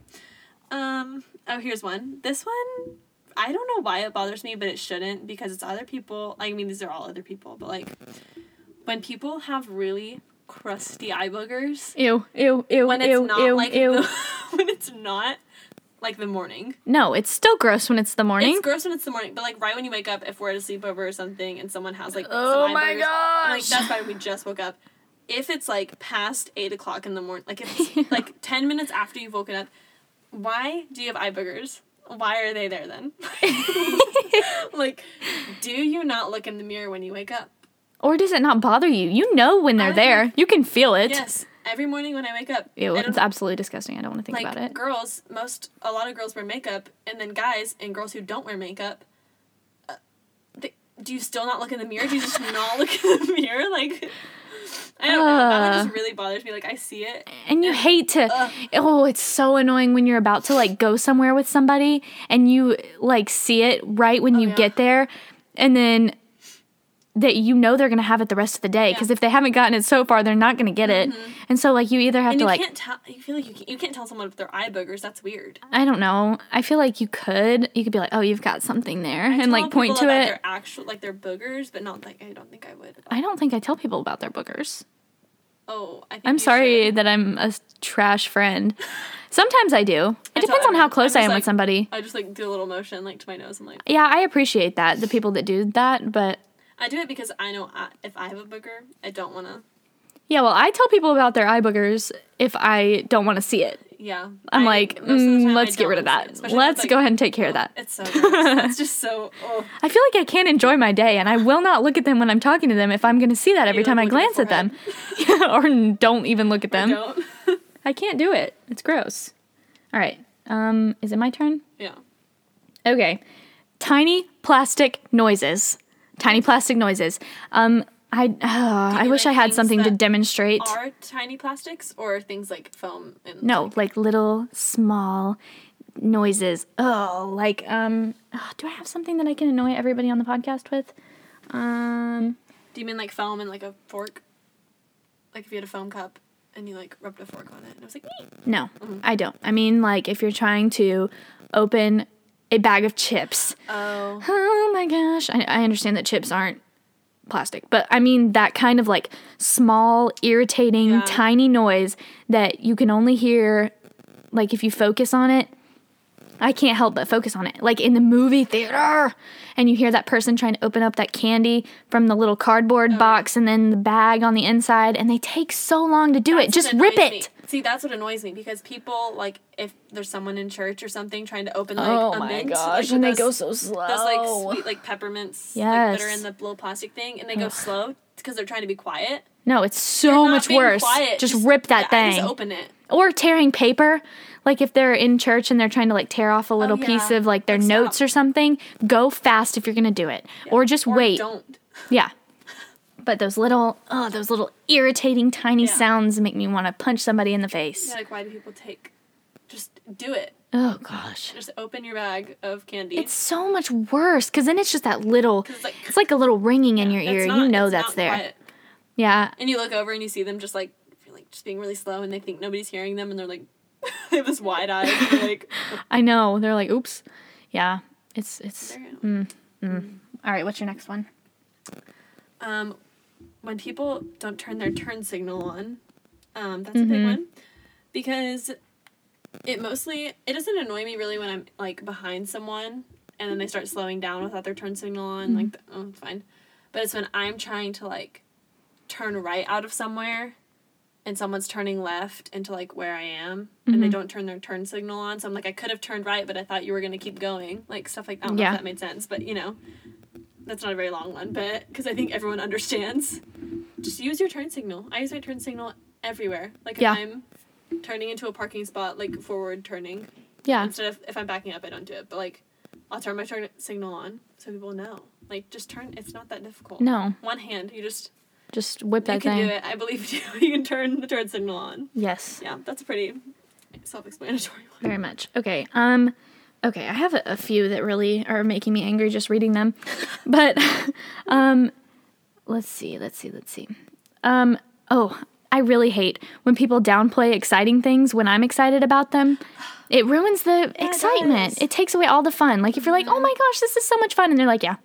Speaker 2: um, oh here's one. This one, I don't know why it bothers me, but it shouldn't because it's other people. I mean, these are all other people, but like when people have really crusty eye boogers
Speaker 1: Ew, ew, ew,
Speaker 2: when it's
Speaker 1: ew,
Speaker 2: not
Speaker 1: ew,
Speaker 2: like
Speaker 1: ew.
Speaker 2: the, when it's not like the morning.
Speaker 1: No, it's still gross when it's the morning.
Speaker 2: It's gross when it's the morning, but like right when you wake up, if we're at a sleepover or something, and someone has like
Speaker 1: Oh
Speaker 2: some eye
Speaker 1: my
Speaker 2: boogers, I'm like
Speaker 1: gosh.
Speaker 2: that's why we just woke up. If it's like past eight o'clock in the morning, like if it's like ten minutes after you've woken up, why do you have eye boogers? Why are they there then? like, do you not look in the mirror when you wake up?
Speaker 1: Or does it not bother you? You know when they're
Speaker 2: I-
Speaker 1: there. You can feel it.
Speaker 2: Yes, every morning when I wake up.
Speaker 1: Ew,
Speaker 2: I don't-
Speaker 1: it's absolutely disgusting. I don't want to think
Speaker 2: like
Speaker 1: about it.
Speaker 2: girls, most a lot of girls wear makeup, and then guys and girls who don't wear makeup, uh, they, do you still not look in the mirror? Do you just not look in the mirror? Like, I don't know. That one
Speaker 1: Ugh.
Speaker 2: just really bothers me. Like, I see it.
Speaker 1: And you hate to.
Speaker 2: Ugh.
Speaker 1: Oh, it's so annoying when you're about to like go somewhere with somebody and you like see it right when you
Speaker 2: Oh, yeah.
Speaker 1: get there, and then that you know they're gonna have it the rest of the day because
Speaker 2: Yeah. Mm-hmm.
Speaker 1: if they haven't gotten it so far, they're not gonna get it. And so like you either have
Speaker 2: And
Speaker 1: to
Speaker 2: you
Speaker 1: like
Speaker 2: can't tell. You feel like you can't, you can't tell someone if they're eye boogers. That's weird.
Speaker 1: I don't know. I feel like you could. You could be like, oh, you've got something there, and
Speaker 2: Tell
Speaker 1: like point
Speaker 2: people
Speaker 1: to
Speaker 2: about
Speaker 1: it.
Speaker 2: Their actual like their boogers, but not like I don't think I would.
Speaker 1: I don't think I tell people about their boogers.
Speaker 2: Oh, I think
Speaker 1: I'm
Speaker 2: you
Speaker 1: sorry
Speaker 2: should.
Speaker 1: that I'm a s- trash friend. Sometimes I do. It
Speaker 2: I tell
Speaker 1: depends on how
Speaker 2: everyone.
Speaker 1: close I
Speaker 2: I'm just
Speaker 1: am
Speaker 2: like-
Speaker 1: with somebody.
Speaker 2: I just like do a little motion like to my nose. I'm like,
Speaker 1: Yeah, I appreciate that, the people that do that, but
Speaker 2: I do it because I know I, if I have a booger, I don't want to.
Speaker 1: yeah, well, I tell people about their eye boogers if I don't want to see it.
Speaker 2: Yeah.
Speaker 1: I'm
Speaker 2: I-
Speaker 1: like,
Speaker 2: most of the
Speaker 1: mm,
Speaker 2: time I
Speaker 1: let's get
Speaker 2: don't
Speaker 1: rid of
Speaker 2: listen,
Speaker 1: that.
Speaker 2: especially if
Speaker 1: Let's
Speaker 2: it's, like,
Speaker 1: go ahead and take care of that.
Speaker 2: It's so gross. it's just so oh.
Speaker 1: I feel like I can enjoy my day and I will not look at them when I'm talking to them if I'm going to see that every
Speaker 2: you,
Speaker 1: time I
Speaker 2: like, look
Speaker 1: glance
Speaker 2: at the
Speaker 1: at them. Yeah, or n- don't even look at
Speaker 2: I
Speaker 1: them.
Speaker 2: don't.
Speaker 1: I can't do it. It's gross. All right. Um, is it my turn?
Speaker 2: yeah.
Speaker 1: Okay. Tiny plastic noises. Tiny plastic noises. Um, I uh, I
Speaker 2: you
Speaker 1: wish I
Speaker 2: like
Speaker 1: had
Speaker 2: things
Speaker 1: something to
Speaker 2: that
Speaker 1: demonstrate.
Speaker 2: Are tiny plastics or things like foam and
Speaker 1: no, like little small noises. Oh, like um, oh, do I have something that I can annoy everybody on the podcast with? Um,
Speaker 2: Do you mean like foam and like a fork? Like if you had a foam cup and you like rubbed a fork on it and it was like "Meep."
Speaker 1: no, I don't. I mean, like if you're trying to open a bag of chips.
Speaker 2: Oh.
Speaker 1: Oh my gosh. I, I understand that chips aren't plastic, but I mean that kind of like small, irritating,
Speaker 2: Yeah.
Speaker 1: tiny noise that you can only hear like if you focus on it. I can't help but focus on it. Like in the movie theater, and you hear that person trying to open up that candy from the little cardboard
Speaker 2: Oh.
Speaker 1: box and then the bag on the inside, and they take so long to do it.
Speaker 2: That's
Speaker 1: Just
Speaker 2: what
Speaker 1: rip
Speaker 2: annoys
Speaker 1: it.
Speaker 2: me. See, that's what annoys me because people like if there's someone in church or something trying to open like
Speaker 1: Oh
Speaker 2: a
Speaker 1: my
Speaker 2: mint,
Speaker 1: gosh,
Speaker 2: like,
Speaker 1: and they
Speaker 2: those-
Speaker 1: go so slow.
Speaker 2: Those like sweet like peppermints like, that are
Speaker 1: Yes.
Speaker 2: in the little plastic thing, and they go slow because they're trying to be quiet.
Speaker 1: no, it's so
Speaker 2: Not
Speaker 1: much
Speaker 2: being
Speaker 1: worse.
Speaker 2: quiet,
Speaker 1: Just, rip that
Speaker 2: yeah,
Speaker 1: thing.
Speaker 2: Just open it.
Speaker 1: or tearing paper like if they're in church and they're trying to like tear off a little
Speaker 2: Oh, yeah.
Speaker 1: piece of like their
Speaker 2: Like,
Speaker 1: notes
Speaker 2: stop.
Speaker 1: or something go fast if you're gonna do it or just
Speaker 2: Or
Speaker 1: wait
Speaker 2: Don't.
Speaker 1: yeah but those little oh those little irritating tiny
Speaker 2: Yeah.
Speaker 1: sounds make me want to punch somebody in the face
Speaker 2: Yeah, like why do people take? Just do it.
Speaker 1: oh gosh
Speaker 2: Just open your bag of candy.
Speaker 1: it's so much worse because then it's just that little
Speaker 2: 'Cause it's like-
Speaker 1: it's like a little ringing in your
Speaker 2: That's
Speaker 1: ear you
Speaker 2: not-
Speaker 1: know
Speaker 2: it's
Speaker 1: that's
Speaker 2: not
Speaker 1: there
Speaker 2: quiet.
Speaker 1: yeah
Speaker 2: And you look over and you see them just like, like just being really slow, and they think nobody's hearing them, and they're like, they have this wide eye, and they're like,
Speaker 1: i know they're like oops yeah it's it's
Speaker 2: "Damn."
Speaker 1: all right what's your next one
Speaker 2: um, when people don't turn their turn signal on, um, that's a big one, because it mostly it doesn't annoy me really when I'm like behind someone, and then they start slowing down without their turn signal on, like the, oh it's fine, but it's when I'm trying to like turn right out of somewhere and someone's turning left into like where I am and they don't turn their turn signal on. So I'm like, I could have turned right, but I thought you were going to keep going. Like stuff like that. I don't know
Speaker 1: Yeah.
Speaker 2: if that made sense, but you know, that's not a very long one, but because I think everyone understands. Just use your turn signal. I use my turn signal everywhere. Like
Speaker 1: Yeah.
Speaker 2: if I'm turning into a parking spot, like forward turning,
Speaker 1: yeah
Speaker 2: instead of if I'm backing up, I don't do it, but like I'll turn my turn signal on so people know. Like just turn, it's not that difficult.
Speaker 1: no
Speaker 2: One hand, you just
Speaker 1: just whip that
Speaker 2: you can
Speaker 1: thing
Speaker 2: do it. I believe you. You can turn the turn signal on.
Speaker 1: yes
Speaker 2: Yeah, that's a pretty self-explanatory one.
Speaker 1: very much. Okay. Um okay, I have a, a few that really are making me angry just reading them. But um let's see, let's see, let's see. Um oh, I really hate when people downplay exciting things when I'm excited about them. It ruins the
Speaker 2: it
Speaker 1: excitement.
Speaker 2: does.
Speaker 1: It, takes away all the fun. Like if you're like, "Oh my gosh, this is so much fun." And they're like, "Yeah."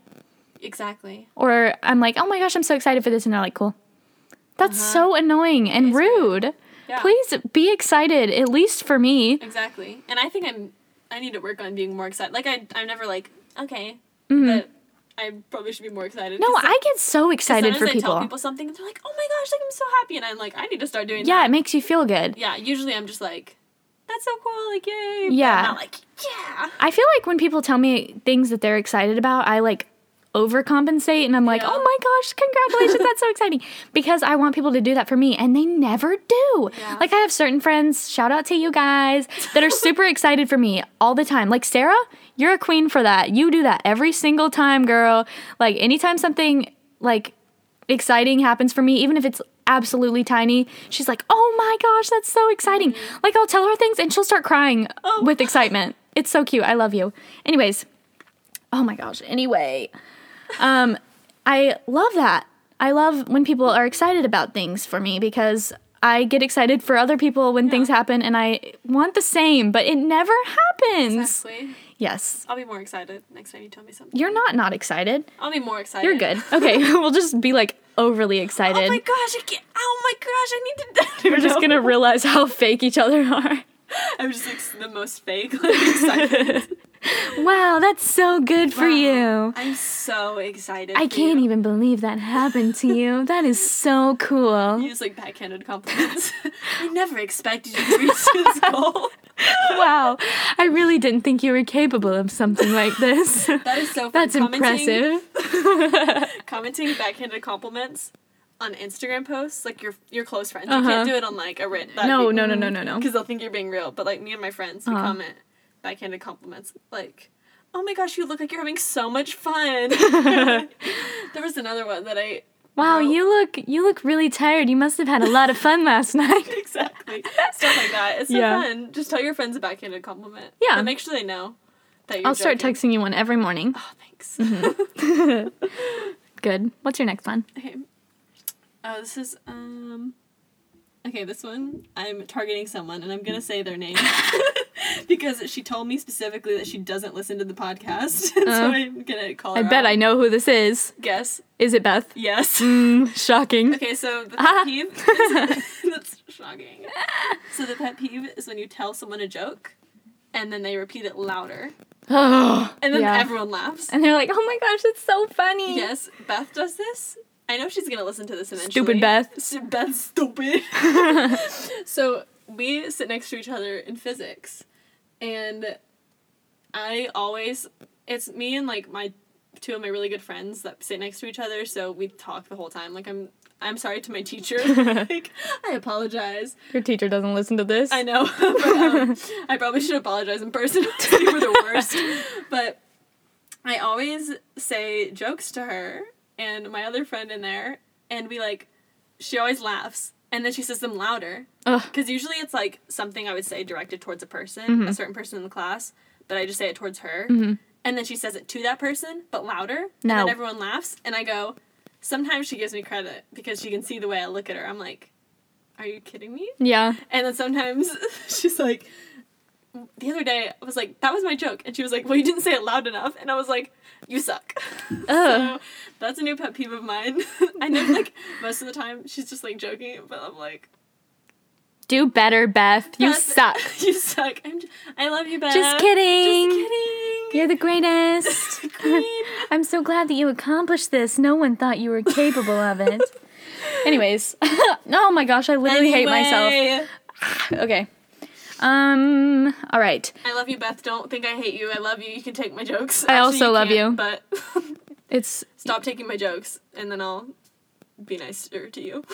Speaker 2: Exactly.
Speaker 1: Or I'm like, "Oh my gosh, I'm so excited for this." And they're like, "Cool." That's
Speaker 2: Uh-huh.
Speaker 1: so annoying and rude.
Speaker 2: Yeah.
Speaker 1: Please be excited at least for me.
Speaker 2: Exactly. And I think I'm. I need to work on being more excited. Like I, I'm never like okay, but I probably should be more excited.
Speaker 1: Mm-hmm. No,
Speaker 2: 'Cause
Speaker 1: I get so excited
Speaker 2: sometimes
Speaker 1: for
Speaker 2: I
Speaker 1: people.
Speaker 2: tell people something and they're like, oh my gosh, like I'm so happy, and I'm like, I need to start doing.
Speaker 1: Yeah,
Speaker 2: that.
Speaker 1: it makes you feel good.
Speaker 2: Yeah. Usually I'm just like, that's so cool, like yay. But
Speaker 1: Yeah.
Speaker 2: I'm not like yeah.
Speaker 1: I feel like when people tell me things that they're excited about, I like overcompensate and I'm like,
Speaker 2: Yeah.
Speaker 1: oh my gosh, congratulations, that's so exciting. Because I want people to do that for me and they never do.
Speaker 2: Yeah.
Speaker 1: Like I have certain friends, shout out to you guys, that are super excited for me all the time. Like Sarah, you're a queen for that. You do that every single time, girl. Like anytime something like exciting happens for me, even if it's absolutely tiny, she's like, oh my gosh, that's so exciting. Like, I'll tell her things and she'll start crying
Speaker 2: Oh
Speaker 1: with excitement. It's so cute. I love you. Anyways, oh my gosh. Anyway, um, I love that. I love when people are excited about things for me because I get excited for other people when things happen and I want the same, but it never happens.
Speaker 2: Exactly.
Speaker 1: Yes.
Speaker 2: I'll be more excited next time you tell me something.
Speaker 1: You're not not excited.
Speaker 2: I'll be more excited.
Speaker 1: You're good. Okay, we'll just be like overly
Speaker 2: Oh
Speaker 1: excited.
Speaker 2: my gosh! I can't. Oh my gosh! I need to.
Speaker 1: We're just gonna realize how fake each other are.
Speaker 2: I'm just like the most fake. Like, excited.
Speaker 1: Wow, that's so good for you.
Speaker 2: I'm so excited.
Speaker 1: I
Speaker 2: for
Speaker 1: can't
Speaker 2: you.
Speaker 1: even believe that happened to you. That is so cool.
Speaker 2: You just like backhanded compliments. I never expected you to reach this goal.
Speaker 1: Wow. I really didn't think you were capable of something like this.
Speaker 2: That is so fun.
Speaker 1: That's
Speaker 2: Commenting-
Speaker 1: impressive.
Speaker 2: Commenting backhanded compliments on Instagram posts, like your your close friends. You
Speaker 1: Uh-huh.
Speaker 2: can't do it on like a writ.
Speaker 1: No, no, no, no, no, Uh-huh. no.
Speaker 2: Because they'll think you're being real. But like me and my friends, we comment backhanded compliments like. Oh my gosh, you look like you're having so much fun. there was another one that I
Speaker 1: Wow,
Speaker 2: wrote-
Speaker 1: you look you look really tired. You must have had a lot of fun last night.
Speaker 2: exactly. Stuff like that. It's so
Speaker 1: Yeah.
Speaker 2: fun. Just tell your friends a backhanded compliment.
Speaker 1: Yeah.
Speaker 2: And make sure they know that you're
Speaker 1: I'll start
Speaker 2: joking.
Speaker 1: texting you one every morning.
Speaker 2: Oh, thanks.
Speaker 1: Good. What's your next one?
Speaker 2: okay. Oh, this is um Okay, this one I'm targeting someone and I'm gonna say their name because she told me specifically that she doesn't listen to the podcast. so I'm gonna call her.
Speaker 1: Uh-huh. I bet
Speaker 2: out.
Speaker 1: I know who this is.
Speaker 2: guess.
Speaker 1: Is it Beth?
Speaker 2: Yes.
Speaker 1: Mm, shocking.
Speaker 2: Okay, so the
Speaker 1: Ah.
Speaker 2: pet peeve is, that's shocking. So the pet peeve is when you tell someone a joke and and then they repeat it louder.
Speaker 1: Ugh.
Speaker 2: And then
Speaker 1: Yeah.
Speaker 2: everyone laughs.
Speaker 1: And they're like, oh my gosh, it's so funny.
Speaker 2: Yes, Beth does this. I know she's gonna listen to this eventually.
Speaker 1: Stupid Beth.
Speaker 2: S- Beth's stupid. so we sit next to each other in physics, and I always it's me and like my two of my really good friends that sit next to each other. So we talk the whole time. Like I'm I'm sorry to my teacher. like I apologize.
Speaker 1: Your teacher doesn't listen to this.
Speaker 2: I know. but, um, I probably should apologize in person. you were the worst. But I always say jokes to her and my other friend in there, and we like, she always laughs, and then she says them louder.
Speaker 1: Ugh.
Speaker 2: Because usually it's like something I would say directed towards a person,
Speaker 1: Mm-hmm.
Speaker 2: a certain person in the class, but I just say it towards her. And then she says it to that person, but louder. And
Speaker 1: No.
Speaker 2: then everyone laughs, and I go, sometimes she gives me credit because she can see the way I look at her. I'm like, are you kidding me?
Speaker 1: Yeah.
Speaker 2: And then sometimes she's like, the other day I was like, that was my joke. And she was like, well, you didn't say it loud enough. And I was like, you suck. so
Speaker 1: Ugh.
Speaker 2: that's a new pet peeve of mine. I know, like, most of the time she's just like joking, but I'm like,
Speaker 1: Do better, Beth. You
Speaker 2: "Beth,
Speaker 1: suck.
Speaker 2: you suck. I'm j- I love you, Beth.
Speaker 1: Just kidding.
Speaker 2: Just kidding.
Speaker 1: You're the greatest.
Speaker 2: Queen.
Speaker 1: I'm so glad that you accomplished this. No one thought you were capable of it. Anyways, oh my gosh, I literally hate myself.
Speaker 2: Anyway.
Speaker 1: Okay. Um, all right.
Speaker 2: I love you, Beth. Don't think I hate you. I love you. You can take my jokes.
Speaker 1: I also love you.
Speaker 2: can't, But
Speaker 1: It's
Speaker 2: stop taking my jokes, and then I'll be nicer to you.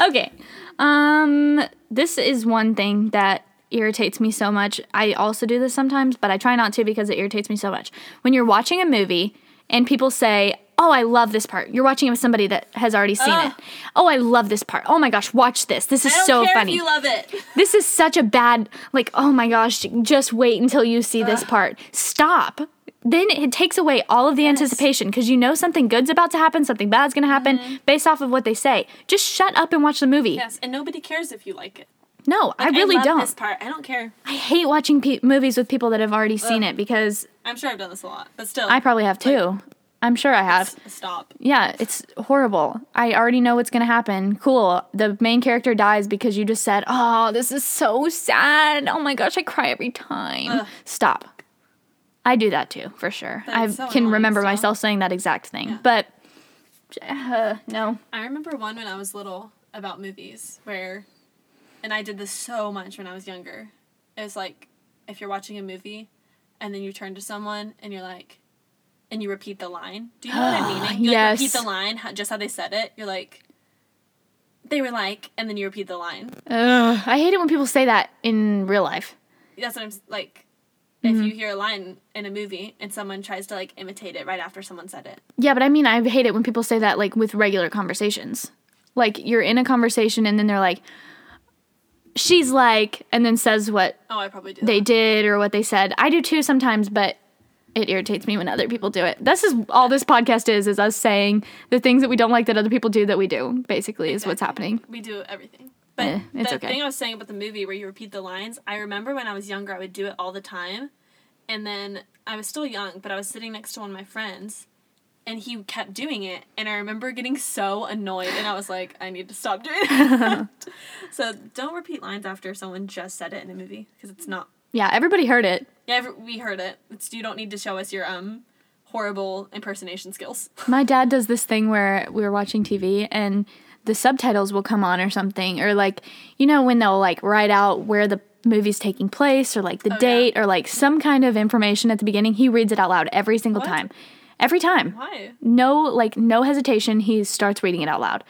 Speaker 1: okay. Um, this is one thing that irritates me so much. I also do this sometimes, but I try not to because it irritates me so much. When you're watching a movie and people say, Oh, I love this part. You're watching it with somebody that has already seen
Speaker 2: Ugh.
Speaker 1: it. Oh, I love this part. Oh my gosh, watch this. This is
Speaker 2: I don't
Speaker 1: so
Speaker 2: care
Speaker 1: funny.
Speaker 2: If you love it.
Speaker 1: this is such a bad like oh my gosh just wait until you see this part stop then it takes away all of the anticipation because you know something good's about to happen something bad's going to happen
Speaker 2: Mm-hmm.
Speaker 1: based off of what they say just shut up and watch the movie
Speaker 2: Yes, and nobody cares if you like it.
Speaker 1: no i really
Speaker 2: love
Speaker 1: don't
Speaker 2: This part, I don't care.
Speaker 1: i hate watching pe- movies with people that have already seen it because
Speaker 2: I'm sure I've done this a lot, but still,
Speaker 1: i probably have too i'm sure i have
Speaker 2: stop.
Speaker 1: yeah it's horrible i already know what's going to happen cool the main character dies because you just said oh this is so sad oh my gosh i cry every time
Speaker 2: Ugh.
Speaker 1: stop i do that too for sure
Speaker 2: That's
Speaker 1: i
Speaker 2: so
Speaker 1: can
Speaker 2: annoying,
Speaker 1: remember
Speaker 2: stop.
Speaker 1: myself saying that exact thing but uh, no
Speaker 2: I remember one when I was little about movies where, and I did this so much when I was younger. It was like if you're watching a movie, and then you turn to someone and you're like, and you repeat the line. Do you know what I mean? Like, You like, repeat
Speaker 1: Yes.
Speaker 2: the line how, just how they said it. You're like, they were like, and then you repeat the line.
Speaker 1: Ugh, i hate it when people say that in real life
Speaker 2: that's what I'm s- like. If
Speaker 1: Mm-hmm.
Speaker 2: you hear a line in a movie and someone tries to like imitate it right after someone said it,
Speaker 1: yeah but i mean i hate it when people say that like with regular conversations like you're in a conversation and then they're like she's like and then says what
Speaker 2: oh, I probably do.
Speaker 1: they
Speaker 2: that.
Speaker 1: did or what they said. I do too sometimes, but it irritates me when other people do it. This is all this podcast is is us saying the things that we don't like that other people do that we do, basically is what's happening.
Speaker 2: we do everything. But
Speaker 1: Eh, it's
Speaker 2: the
Speaker 1: okay.
Speaker 2: thing I was saying about the movie where you repeat the lines, I remember when I was younger, I would do it all the time, and then I was still young, but I was sitting next to one of my friends, and he kept doing it, and I remember getting so annoyed, and I was like, I need to stop doing it. so don't repeat lines after someone just said it in a movie because it's not
Speaker 1: Yeah, everybody heard it.
Speaker 2: Yeah, I've- we heard it. It's you don't need to show us your um horrible impersonation skills.
Speaker 1: My dad does this thing where we were watching TV and the subtitles will come on or something, or like, you know, when they'll like write out where the movie's taking place or
Speaker 2: Oh,
Speaker 1: like the date or like some kind of information at the beginning. He reads it out loud every single
Speaker 2: What?
Speaker 1: time. Every time.
Speaker 2: Why?
Speaker 1: no like no hesitation he starts reading it out loud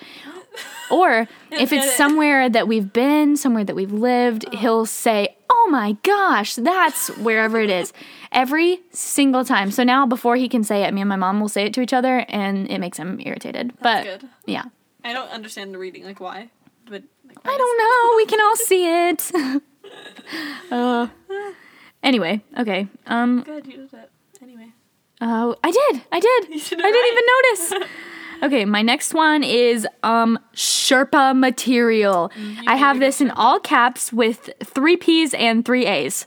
Speaker 1: or if
Speaker 2: get
Speaker 1: it's
Speaker 2: it.
Speaker 1: somewhere that we've been somewhere that we've lived he'll say oh my gosh that's wherever it is every single time so now before he can say it me and my mom will say it to each other and it makes him irritated but
Speaker 2: Good.
Speaker 1: yeah
Speaker 2: I don't understand the reading. Like why? But like,
Speaker 1: i don't know we can all see it uh, anyway okay um
Speaker 2: Good, you did it. Anyway,
Speaker 1: Oh, I did. I did.
Speaker 2: You did it
Speaker 1: I didn't even notice. Okay, my next one is um Sherpa material. I have this in all caps with 3 Ps and 3 As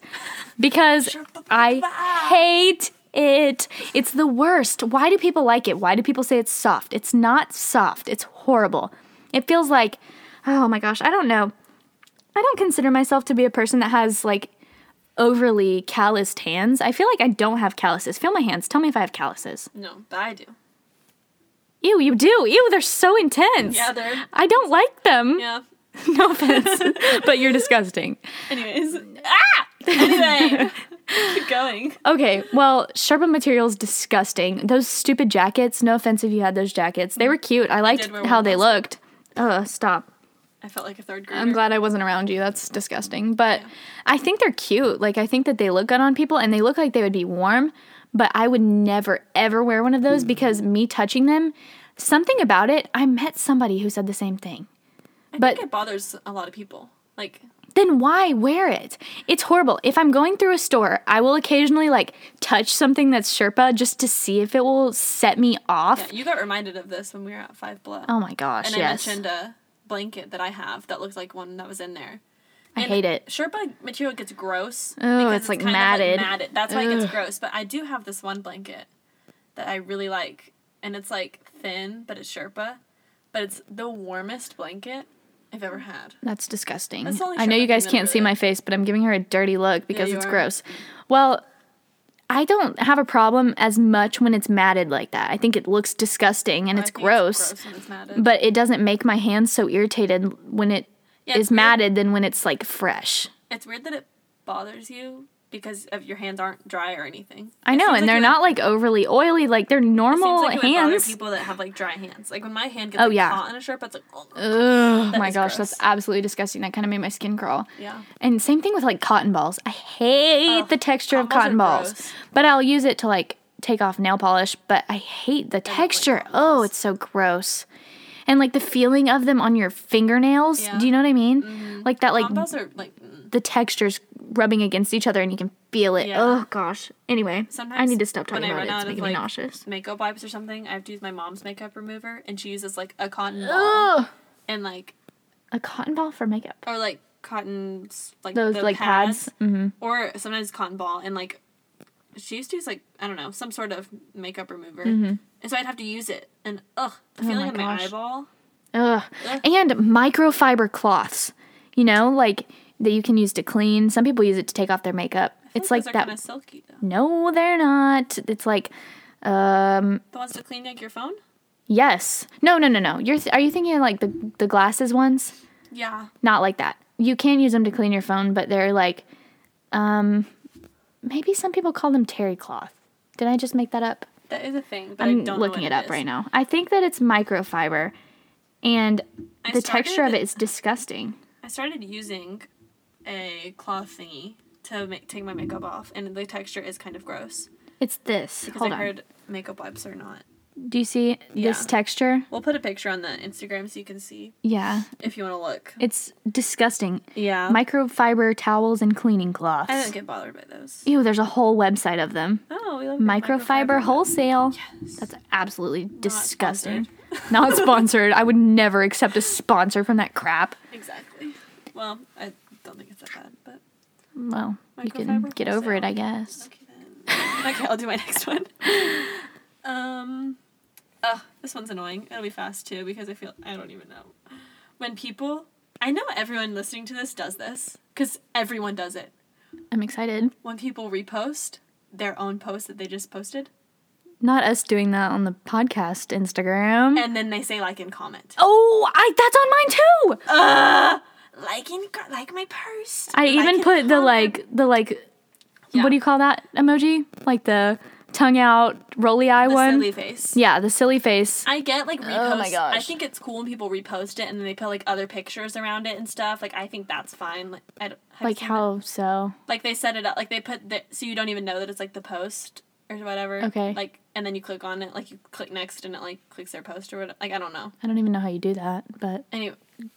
Speaker 1: because I hate it. It's the worst. Why do people like it? Why do people say it's soft? It's not soft. It's horrible. It feels like oh my gosh, I don't know. I don't consider myself to be a person that has like overly calloused hands. I feel like I don't have calluses. Feel my hands. Tell me if I have calluses.
Speaker 2: No, but I do.
Speaker 1: Ew, you do. Ew, they're so intense.
Speaker 2: Yeah, they're
Speaker 1: I don't like them.
Speaker 2: yeah.
Speaker 1: No offense, but you're disgusting.
Speaker 2: Anyways, ah. Anyway, keep going.
Speaker 1: Okay, well, Sherpa material's disgusting. Those stupid jackets, no offense if you had those jackets. They were cute. I liked
Speaker 2: did wear
Speaker 1: how
Speaker 2: one
Speaker 1: they
Speaker 2: last week.
Speaker 1: looked. Ugh, stop.
Speaker 2: I felt like a third grader.
Speaker 1: I'm glad I wasn't around you. That's disgusting. But I think they're cute. Like I think that they look good on people and they look like they would be warm, but I would never ever wear one of
Speaker 2: Mm-hmm.
Speaker 1: those because me touching them, something about it, I met somebody who said the same thing.
Speaker 2: I
Speaker 1: But
Speaker 2: think it bothers a lot of people. Like,
Speaker 1: then why wear it? It's horrible. If I'm going through a store, I will occasionally like touch something that's Sherpa just to see if it will set me off.
Speaker 2: yeah, you got reminded of this when we were at Five Blood.
Speaker 1: Oh my gosh,
Speaker 2: and
Speaker 1: yes.
Speaker 2: I mentioned a blanket that I have that looks like one that was in there.
Speaker 1: I hate it.
Speaker 2: Sherpa material gets gross.
Speaker 1: Oh,
Speaker 2: because
Speaker 1: it's, like,
Speaker 2: kind of,
Speaker 1: matted.
Speaker 2: matted. That's why it
Speaker 1: Ugh.
Speaker 2: gets gross. But I do have this one blanket that I really like, and it's like thin, but it's Sherpa, but it's the warmest blanket I've ever had.
Speaker 1: That's disgusting.
Speaker 2: That's the only
Speaker 1: I know
Speaker 2: shirt
Speaker 1: you
Speaker 2: I can
Speaker 1: guys can't
Speaker 2: remember
Speaker 1: see
Speaker 2: that-
Speaker 1: my face, but I'm giving her a dirty look because
Speaker 2: you
Speaker 1: it's
Speaker 2: are.
Speaker 1: gross. Well, I don't have a problem as much when it's matted like that. I think it looks disgusting and
Speaker 2: I
Speaker 1: it's,
Speaker 2: think
Speaker 1: gross,
Speaker 2: It's gross when it's matted.
Speaker 1: but it doesn't make my hands so irritated when it is
Speaker 2: Yeah, it's weird.
Speaker 1: matted than when it's like fresh.
Speaker 2: it's weird that it bothers you because of your hands aren't dry or anything.
Speaker 1: I
Speaker 2: It
Speaker 1: know,
Speaker 2: seems
Speaker 1: and
Speaker 2: like
Speaker 1: they're
Speaker 2: it would-
Speaker 1: not like overly oily, like they're
Speaker 2: it seems
Speaker 1: normal
Speaker 2: like it would bother
Speaker 1: hands.
Speaker 2: people that have like dry hands. Like when my hand gets
Speaker 1: Oh,
Speaker 2: like,
Speaker 1: yeah.
Speaker 2: caught in a Sherpa, it's like, oh,
Speaker 1: Ugh,
Speaker 2: That
Speaker 1: my
Speaker 2: is
Speaker 1: gosh,
Speaker 2: gross.
Speaker 1: that's absolutely disgusting. That kind of made my skin crawl.
Speaker 2: yeah.
Speaker 1: And same thing with like cotton balls. I hate
Speaker 2: Ugh,
Speaker 1: the texture of cotton
Speaker 2: Oh, cotton balls
Speaker 1: balls,
Speaker 2: are gross.
Speaker 1: but I'll use it to like take off nail polish. But I hate the texture.
Speaker 2: cotton
Speaker 1: oh,
Speaker 2: balls.
Speaker 1: it's so gross. And like the feeling of them on your fingernails.
Speaker 2: Yeah. Mm-hmm.
Speaker 1: Do you know what I mean? Like that, like
Speaker 2: Cotton balls are like mm.
Speaker 1: the textures rubbing against each other, and you can feel it.
Speaker 2: Yeah.
Speaker 1: Oh gosh. Anyway,
Speaker 2: Sometimes
Speaker 1: I need to stop talking
Speaker 2: when I
Speaker 1: about
Speaker 2: run
Speaker 1: it. It's
Speaker 2: out of,
Speaker 1: making me
Speaker 2: like,
Speaker 1: nauseous.
Speaker 2: makeup wipes or something. I have to use my mom's makeup remover, and she uses like a cotton ball
Speaker 1: Ugh.
Speaker 2: and like
Speaker 1: A cotton ball for makeup.
Speaker 2: or like cotton s- like
Speaker 1: Those
Speaker 2: the
Speaker 1: like pads. Mm-hmm.
Speaker 2: or sometimes cotton ball and like she used to use like I don't know some sort of makeup remover, and so I'd have to use it, and ugh, the feeling
Speaker 1: Mm-hmm. Oh my
Speaker 2: on my
Speaker 1: gosh.
Speaker 2: eyeball.
Speaker 1: Ugh.
Speaker 2: Ugh.
Speaker 1: And microfiber cloths, you know, like that you can use to clean. Some people use it to take off their makeup. It's like that.
Speaker 2: Kind of silky though.
Speaker 1: No, they're not. It's like, um,
Speaker 2: The ones to clean like your phone.
Speaker 1: yes. No, no, no, no. You're th- are you thinking of like the the glasses ones?
Speaker 2: Yeah,
Speaker 1: Not like that. You can use them to clean your phone, but they're like, um, maybe some people call them terry cloth. Did I just make that up?
Speaker 2: that is a thing, but I
Speaker 1: I'm
Speaker 2: don't
Speaker 1: looking
Speaker 2: know
Speaker 1: it up right now. I think that it's microfiber, and
Speaker 2: I
Speaker 1: the
Speaker 2: started
Speaker 1: texture of
Speaker 2: it-
Speaker 1: it is disgusting.
Speaker 2: I started using a cloth thingy to make, take my makeup off, and the texture is kind of gross.
Speaker 1: It's this.
Speaker 2: Because
Speaker 1: Hold
Speaker 2: I
Speaker 1: on.
Speaker 2: heard makeup wipes are not.
Speaker 1: Do you see this
Speaker 2: Yeah.
Speaker 1: texture?
Speaker 2: We'll put a picture on the Instagram so you can see
Speaker 1: Yeah.
Speaker 2: if you want to look.
Speaker 1: It's disgusting.
Speaker 2: Yeah.
Speaker 1: Microfiber towels and cleaning cloths.
Speaker 2: I don't get bothered by those.
Speaker 1: Ew, there's a whole website of them.
Speaker 2: Oh, we love your
Speaker 1: Microfiber, wholesale.
Speaker 2: Yes.
Speaker 1: That's absolutely disgusting.
Speaker 2: sponsored.
Speaker 1: Not sponsored. I would never accept a sponsor from that crap.
Speaker 2: Exactly. Well, I don't think it's that bad, but
Speaker 1: Well, you can
Speaker 2: Microfiber
Speaker 1: get over it,
Speaker 2: wholesale.
Speaker 1: I guess.
Speaker 2: okay then. okay, I'll do my next one. Um, ugh, this one's annoying. It'll be fast too because I feel I don't even know when people. I know everyone listening to this does this because everyone does it.
Speaker 1: I'm excited.
Speaker 2: When people repost their own post that they just posted,
Speaker 1: Not us doing that on the podcast Instagram.
Speaker 2: and then they say like and comment.
Speaker 1: oh, I that's on mine too.
Speaker 2: like in like my post.
Speaker 1: I even
Speaker 2: and
Speaker 1: put the
Speaker 2: comment.
Speaker 1: like the like
Speaker 2: Yeah.
Speaker 1: what do you call that emoji? Like the tongue out rolly eye
Speaker 2: the
Speaker 1: one.
Speaker 2: silly face.
Speaker 1: Yeah, the silly face.
Speaker 2: I get like repost.
Speaker 1: Oh my gosh.
Speaker 2: I think it's cool when people repost it and then they put like other pictures around it and stuff. Like I think that's fine. Like, I don't, have you
Speaker 1: like
Speaker 2: seen
Speaker 1: how so?
Speaker 2: that? Like they set it up. Like they put the so you don't even know that it's like the post or whatever.
Speaker 1: Okay.
Speaker 2: Like and then you click on it. Like you click next and it like clicks their post or whatever. Like I don't know.
Speaker 1: I don't even know how you do that, but
Speaker 2: Anyway,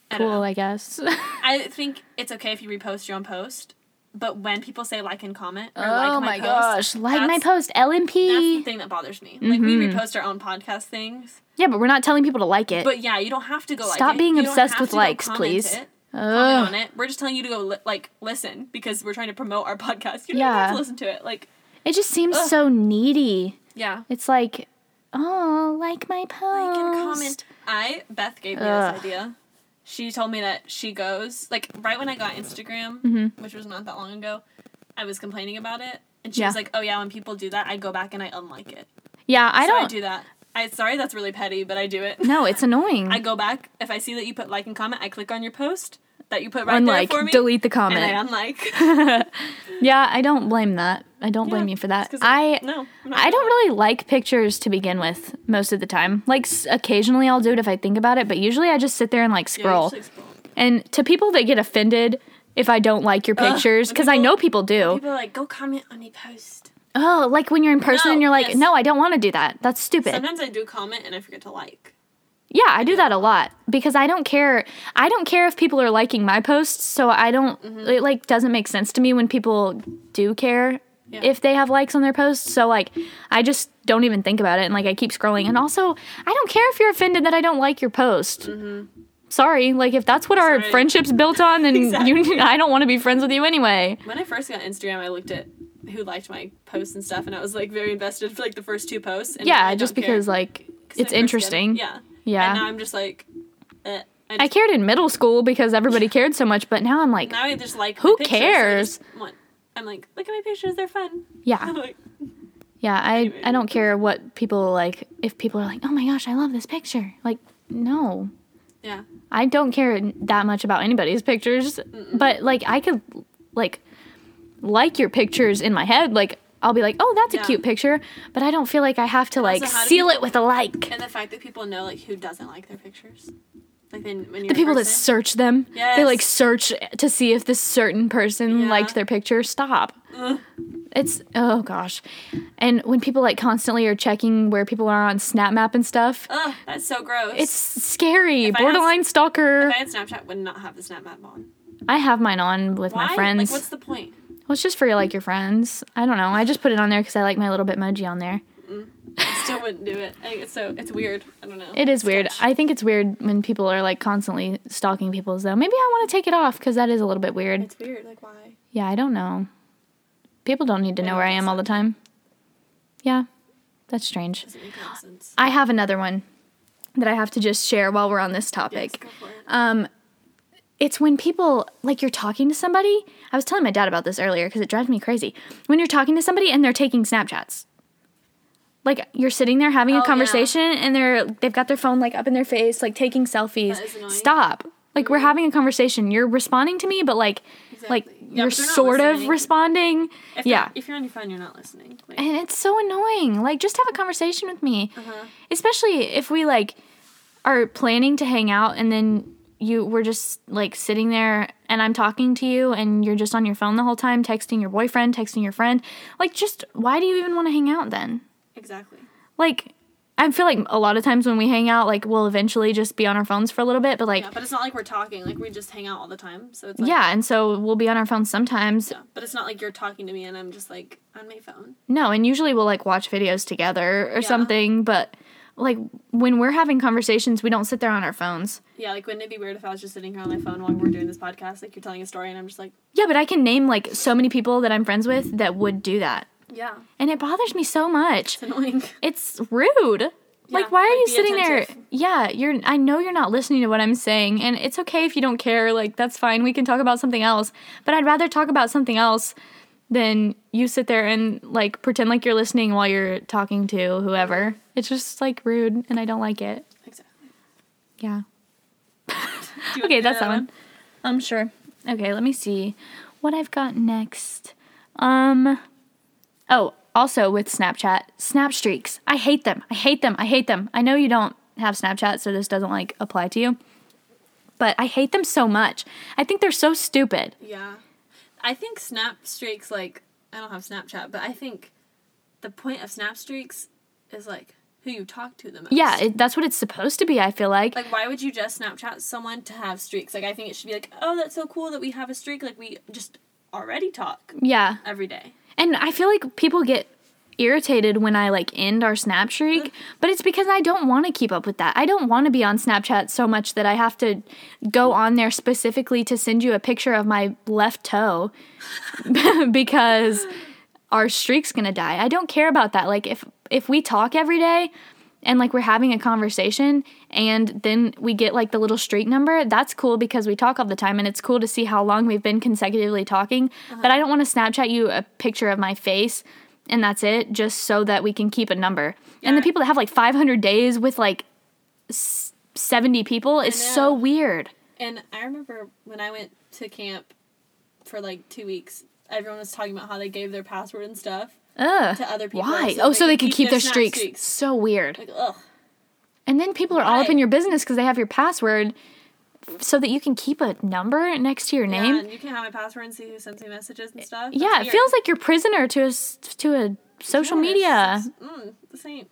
Speaker 2: I don't
Speaker 1: cool,
Speaker 2: know.
Speaker 1: I guess.
Speaker 2: I think it's okay if you repost your own post, but when people say like and comment or
Speaker 1: oh
Speaker 2: like
Speaker 1: my
Speaker 2: my, post,
Speaker 1: gosh, like my Mm-hmm.
Speaker 2: that's-
Speaker 1: post
Speaker 2: That's the
Speaker 1: LMP.
Speaker 2: thing that bothers me. Like we repost our own podcast things,
Speaker 1: Yeah, but we're not telling people to like it.
Speaker 2: but yeah, you don't have to go. like
Speaker 1: Stop
Speaker 2: it.
Speaker 1: being
Speaker 2: You don't
Speaker 1: obsessed
Speaker 2: have
Speaker 1: with
Speaker 2: to go
Speaker 1: likes,
Speaker 2: comment
Speaker 1: please.
Speaker 2: it,
Speaker 1: Ugh.
Speaker 2: Comment on it. We're just telling you to go li- like listen because we're trying to promote our podcast. You don't
Speaker 1: Yeah.
Speaker 2: have to listen to it. Like
Speaker 1: It just seems
Speaker 2: Ugh.
Speaker 1: so needy.
Speaker 2: yeah,
Speaker 1: It's like, oh, like my post.
Speaker 2: I can comment. Oh, I Beth gave me
Speaker 1: Ugh.
Speaker 2: this idea.
Speaker 1: Mm-hmm.
Speaker 2: She told me that she goes like right when I got Instagram, which was not that long ago. I was complaining about it, and she
Speaker 1: Yeah.
Speaker 2: was like, "Oh yeah, when people do that, I go back and I unlike it.
Speaker 1: Yeah, I
Speaker 2: So
Speaker 1: don't.
Speaker 2: I do that. I sorry, that's really petty, but I do it.
Speaker 1: No, it's annoying.
Speaker 2: I go back if I see that you put like and comment. I click on your post that you put right
Speaker 1: Unlike,
Speaker 2: there for me.
Speaker 1: delete the comment.
Speaker 2: and I unlike.
Speaker 1: yeah, I don't blame that. I don't blame
Speaker 2: Yeah,
Speaker 1: you for that.
Speaker 2: 'Cause
Speaker 1: I
Speaker 2: no, I'm not
Speaker 1: I don't really like pictures to begin with most of the time. Like s- occasionally I'll do it if I think about it, but usually I just sit there and like
Speaker 2: Yeah, you
Speaker 1: scroll.
Speaker 2: usually scroll.
Speaker 1: and to people that get offended if I don't like your
Speaker 2: Ugh,
Speaker 1: pictures,
Speaker 2: when
Speaker 1: because I
Speaker 2: people-
Speaker 1: know people do.
Speaker 2: People are like, go comment on the post.
Speaker 1: oh, like when you're in person
Speaker 2: No,
Speaker 1: and you're like,
Speaker 2: yes.
Speaker 1: no, I don't want to do that. That's stupid.
Speaker 2: Sometimes I do comment and I forget to like.
Speaker 1: Yeah, I do that a lot because I don't care. I don't care if people are liking my posts, so I don't.
Speaker 2: Mm-hmm.
Speaker 1: It like doesn't make sense to me when people do care
Speaker 2: Yeah.
Speaker 1: if they have likes on their posts. So like, I just don't even think about it, and like I keep scrolling. And also, I don't care if you're offended that I don't like your post. Sorry, like if that's what our
Speaker 2: Mm-hmm. Sorry.
Speaker 1: friendship's built on, then you, I don't want to be friends with you anyway.
Speaker 2: When I first got Instagram, I looked at who liked my posts and stuff, and I was like very invested for like the first two posts. And now
Speaker 1: Yeah,
Speaker 2: I
Speaker 1: just
Speaker 2: don't care,
Speaker 1: because like
Speaker 2: 'cause
Speaker 1: it's
Speaker 2: I first get it.
Speaker 1: interesting.
Speaker 2: Yeah.
Speaker 1: Yeah.
Speaker 2: And now I'm just like, eh, I, just,
Speaker 1: I cared in middle school because everybody cared so much, but now I'm like,
Speaker 2: now I just like. my
Speaker 1: Who
Speaker 2: pictures, so I
Speaker 1: cares?
Speaker 2: just want- I'm like, look at my pictures; they're fun.
Speaker 1: yeah.
Speaker 2: I'm like,
Speaker 1: Yeah, I I don't care what people like. If people are like, "Oh my gosh, I love this picture," like, no,
Speaker 2: yeah.
Speaker 1: I don't care that much about anybody's pictures. But like, I could like like your pictures in my head. Like, I'll be like, "Oh, that's
Speaker 2: Yeah.
Speaker 1: a cute picture," but I don't feel like I have to like
Speaker 2: also, how do
Speaker 1: seal it with a like.
Speaker 2: And the fact that people know like who doesn't like their pictures, like then when you're
Speaker 1: The people
Speaker 2: in
Speaker 1: that
Speaker 2: person,
Speaker 1: search them, they like
Speaker 2: Yes.
Speaker 1: search to see if this certain person
Speaker 2: Yeah.
Speaker 1: liked their picture. Stop.
Speaker 2: Ugh.
Speaker 1: It's oh gosh, and when people like constantly are checking where people are on Snap Map and stuff,
Speaker 2: Ugh, that's so gross.
Speaker 1: It's scary.
Speaker 2: If I had-
Speaker 1: Borderline stalker.
Speaker 2: if I
Speaker 1: I,
Speaker 2: had Snapchat, would not have the snap map on.
Speaker 1: have mine on with
Speaker 2: Why?
Speaker 1: my
Speaker 2: Like,
Speaker 1: friends.
Speaker 2: what's the point?
Speaker 1: well, it's just for like your friends. I don't know. I just put it on there because I like my little bitmoji on there.
Speaker 2: I still wouldn't do it. I think it's so it's weird. I don't know.
Speaker 1: It is weird.
Speaker 2: Sketch.
Speaker 1: I think it's weird when people are like constantly stalking people. Though maybe I want to take it off because that is a little bit weird.
Speaker 2: it's weird. Like why?
Speaker 1: Yeah, I don't know. People don't need to
Speaker 2: I
Speaker 1: know
Speaker 2: don't
Speaker 1: where I
Speaker 2: think
Speaker 1: am
Speaker 2: so.
Speaker 1: all the time. Yeah, that's strange.
Speaker 2: Doesn't make any sense.
Speaker 1: I have another one that I have to just share while we're on this topic.
Speaker 2: Yes, go for it.
Speaker 1: um it's when people like you're talking to somebody i was telling my dad about this earlier because it drives me crazy when you're talking to somebody and they're taking snapchats like you're sitting there having
Speaker 2: Oh,
Speaker 1: a
Speaker 2: yeah.
Speaker 1: conversation and they're they've got their phone like up in their face like taking selfies
Speaker 2: That is annoying.
Speaker 1: stop like we're having a conversation you're responding to me but like like
Speaker 2: Exactly. Yeah,
Speaker 1: you're
Speaker 2: but they're not
Speaker 1: sort of
Speaker 2: listening.
Speaker 1: responding
Speaker 2: If
Speaker 1: yeah
Speaker 2: you're- If you're on your phone, you're not listening. Like,
Speaker 1: and it's so annoying. Like, just have a conversation with me.
Speaker 2: Uh-huh.
Speaker 1: Especially if we like are planning to hang out and then you we're just like sitting there and I'm talking to you and you're just on your phone the whole time, texting your boyfriend, texting your friend. Like, just why do you even want to hang out then?
Speaker 2: exactly.
Speaker 1: Like, I feel like a lot of times when we hang out, like we'll eventually just be on our phones for a little bit, but like
Speaker 2: Yeah,
Speaker 1: yeah,
Speaker 2: Uh, but it's not like we're talking. Like we just hang out all the time. So it's like,
Speaker 1: and so we'll be on our phones sometimes.
Speaker 2: yeah. But it's not like you're talking to me and I'm just like on my phone.
Speaker 1: No, and usually we'll like watch videos together or
Speaker 2: Yeah.
Speaker 1: something, but like when we're having conversations, we don't sit there on our phones.
Speaker 2: Yeah, like wouldn't it be weird if I was just sitting here on my phone while we're doing this podcast? Like you're telling a story and I'm just like,
Speaker 1: Yeah, but I can name like so many people that I'm friends with that would do that.
Speaker 2: yeah,
Speaker 1: And it bothers me so much.
Speaker 2: it's annoying.
Speaker 1: It's rude. like why are
Speaker 2: like,
Speaker 1: you
Speaker 2: be
Speaker 1: sitting
Speaker 2: attentive.
Speaker 1: there? Yeah, you're I know you're not listening to what I'm saying and it's okay if you don't care. Like that's fine. We can talk about something else. But I'd rather talk about something else than you sit there and like pretend like you're listening while you're talking to whoever. It's just like rude and I don't like it.
Speaker 2: Exactly.
Speaker 1: Yeah.
Speaker 2: Do you wanna
Speaker 1: Okay,
Speaker 2: do
Speaker 1: that's that
Speaker 2: another
Speaker 1: one. I'm sure. Okay, let me see what I've got next. Um Oh, also with Snapchat, snap streaks. I hate them. I hate them. I hate them. I know you don't have Snapchat, so this doesn't like apply to you. But I hate them so much. I think they're so stupid.
Speaker 2: Yeah. I think snap streaks like I don't have Snapchat, but I think the point of snap streaks is like who you talk to the most.
Speaker 1: Yeah, it, that's what it's supposed to be, I feel like.
Speaker 2: like why would you just Snapchat someone to have streaks? Like I think it should be like, "Oh, that's so cool that we have a streak. Like we just already talk
Speaker 1: yeah.
Speaker 2: every day."
Speaker 1: And I feel like people get irritated when I like end our snap streak, but it's because I don't want to keep up with that. I don't want to be on Snapchat so much that I have to go on there specifically to send you a picture of my left toe because our streak's going to die. I don't care about that. Like if if we talk every day, and like we're having a conversation and then we get like the little streak number, that's cool because we talk all the time and it's cool to see how long we've been consecutively talking. But I don't want to Snapchat you a picture of my face and that's it just so that we can keep a number. And the
Speaker 2: Yeah.
Speaker 1: people that have like 500 days with like s- 70 people is so
Speaker 2: know.
Speaker 1: weird.
Speaker 2: And I remember when I went to camp for like two weeks, everyone was talking about how they gave their password and stuff
Speaker 1: Ugh.
Speaker 2: to other people.
Speaker 1: Why? oh, so they could keep, their
Speaker 2: Snap
Speaker 1: streaks. So weird.
Speaker 2: Like, ugh.
Speaker 1: And then people are all up in
Speaker 2: Why?
Speaker 1: your business because they have your password so that you can keep a number next to your
Speaker 2: Yeah,
Speaker 1: name.
Speaker 2: and you can have my password and see who sends me messages and stuff. That's
Speaker 1: Yeah, it
Speaker 2: weird.
Speaker 1: feels like you're prisoner to a, s- to a social
Speaker 2: Yes.
Speaker 1: media.
Speaker 2: Mm, this ain't.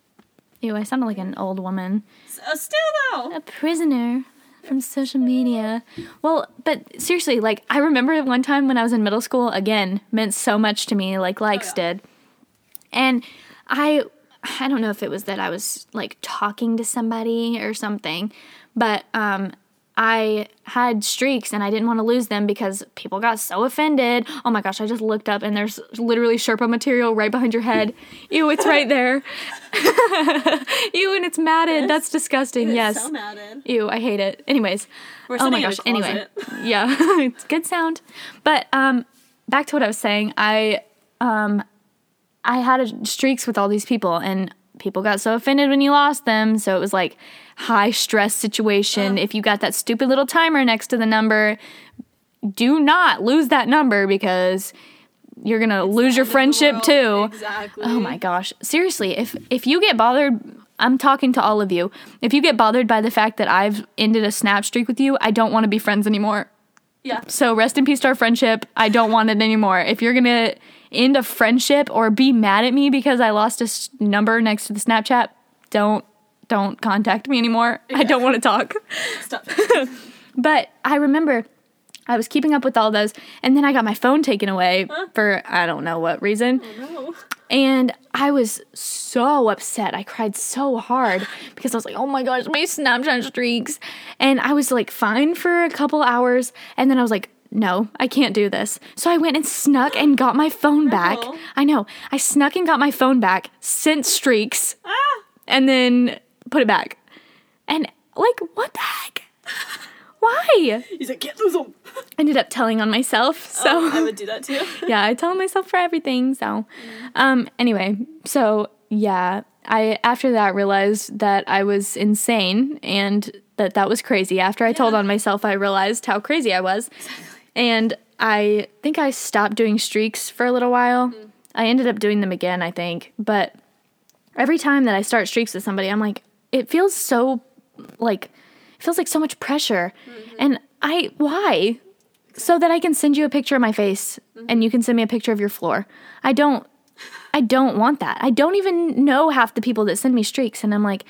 Speaker 1: Ew, I sounded like an old woman.
Speaker 2: So, uh, still though.
Speaker 1: A prisoner from social media. Well, but seriously, like I remember one time when I was in middle school, again, meant so much to me, like likes
Speaker 2: Oh, yeah.
Speaker 1: did. And I I don't know if it was that I was like talking to somebody or something, but um I had streaks and I didn't want to lose them because people got so offended. Oh my gosh, I just looked up and there's literally Sherpa material right behind your head. Ew, it's right there. Ew, and it's matted. That's disgusting. Yes.
Speaker 2: So mad at.
Speaker 1: Ew, I hate it. Anyways.
Speaker 2: We're
Speaker 1: oh my
Speaker 2: sitting in a
Speaker 1: gosh. Anyway.
Speaker 2: closet.
Speaker 1: Yeah. it's good sound. But um back to what I was saying, I um I had a, streaks with all these people and people got so offended when you lost them, so it was like high stress situation. If you got that stupid little timer next to the number, do not lose that number because you're going to lose your
Speaker 2: End of the
Speaker 1: friendship
Speaker 2: world.
Speaker 1: too.
Speaker 2: Exactly.
Speaker 1: Oh my gosh. Seriously, if if you get bothered, I'm talking to all of you. If you get bothered by the fact that I've ended a snap streak with you, I don't want to be friends anymore.
Speaker 2: Yeah.
Speaker 1: So rest in peace to our friendship. I don't want it anymore. If you're going to end a friendship or be mad at me because I lost a s- number next to the Snapchat, don't don't contact me anymore. I don't want to talk.
Speaker 2: Stop.
Speaker 1: But I remember I was keeping up with all those and then I got my phone taken away for I don't know what reason.
Speaker 2: no.
Speaker 1: And I was so upset. I cried so hard because I was like, oh my gosh, my Snapchat streaks. And I was like, fine for a couple hours. And then I was like, no, I can't do this. So I went and snuck and got my phone back.
Speaker 2: Rebel.
Speaker 1: I know. I snuck and got my phone back, sent streaks,
Speaker 2: Ah.
Speaker 1: and then put it back. And like, what the heck? Why?
Speaker 2: He's like, get those on.
Speaker 1: Ended up telling on myself. So
Speaker 2: I would do that too.
Speaker 1: yeah, I tell myself for everything. So, um, anyway, so yeah, I after that realized that I was insane and that that was crazy. After I told on myself, I realized how crazy I was, and I think I stopped doing streaks for a little while. I ended up doing them again, I think, but every time that I start streaks with somebody, I'm like, it feels so like it feels like so much pressure, and I why so that I can send you a picture of my face and you can send me a picture of your floor. I don't I don't want that. I don't even know half the people that send me streaks and I'm like,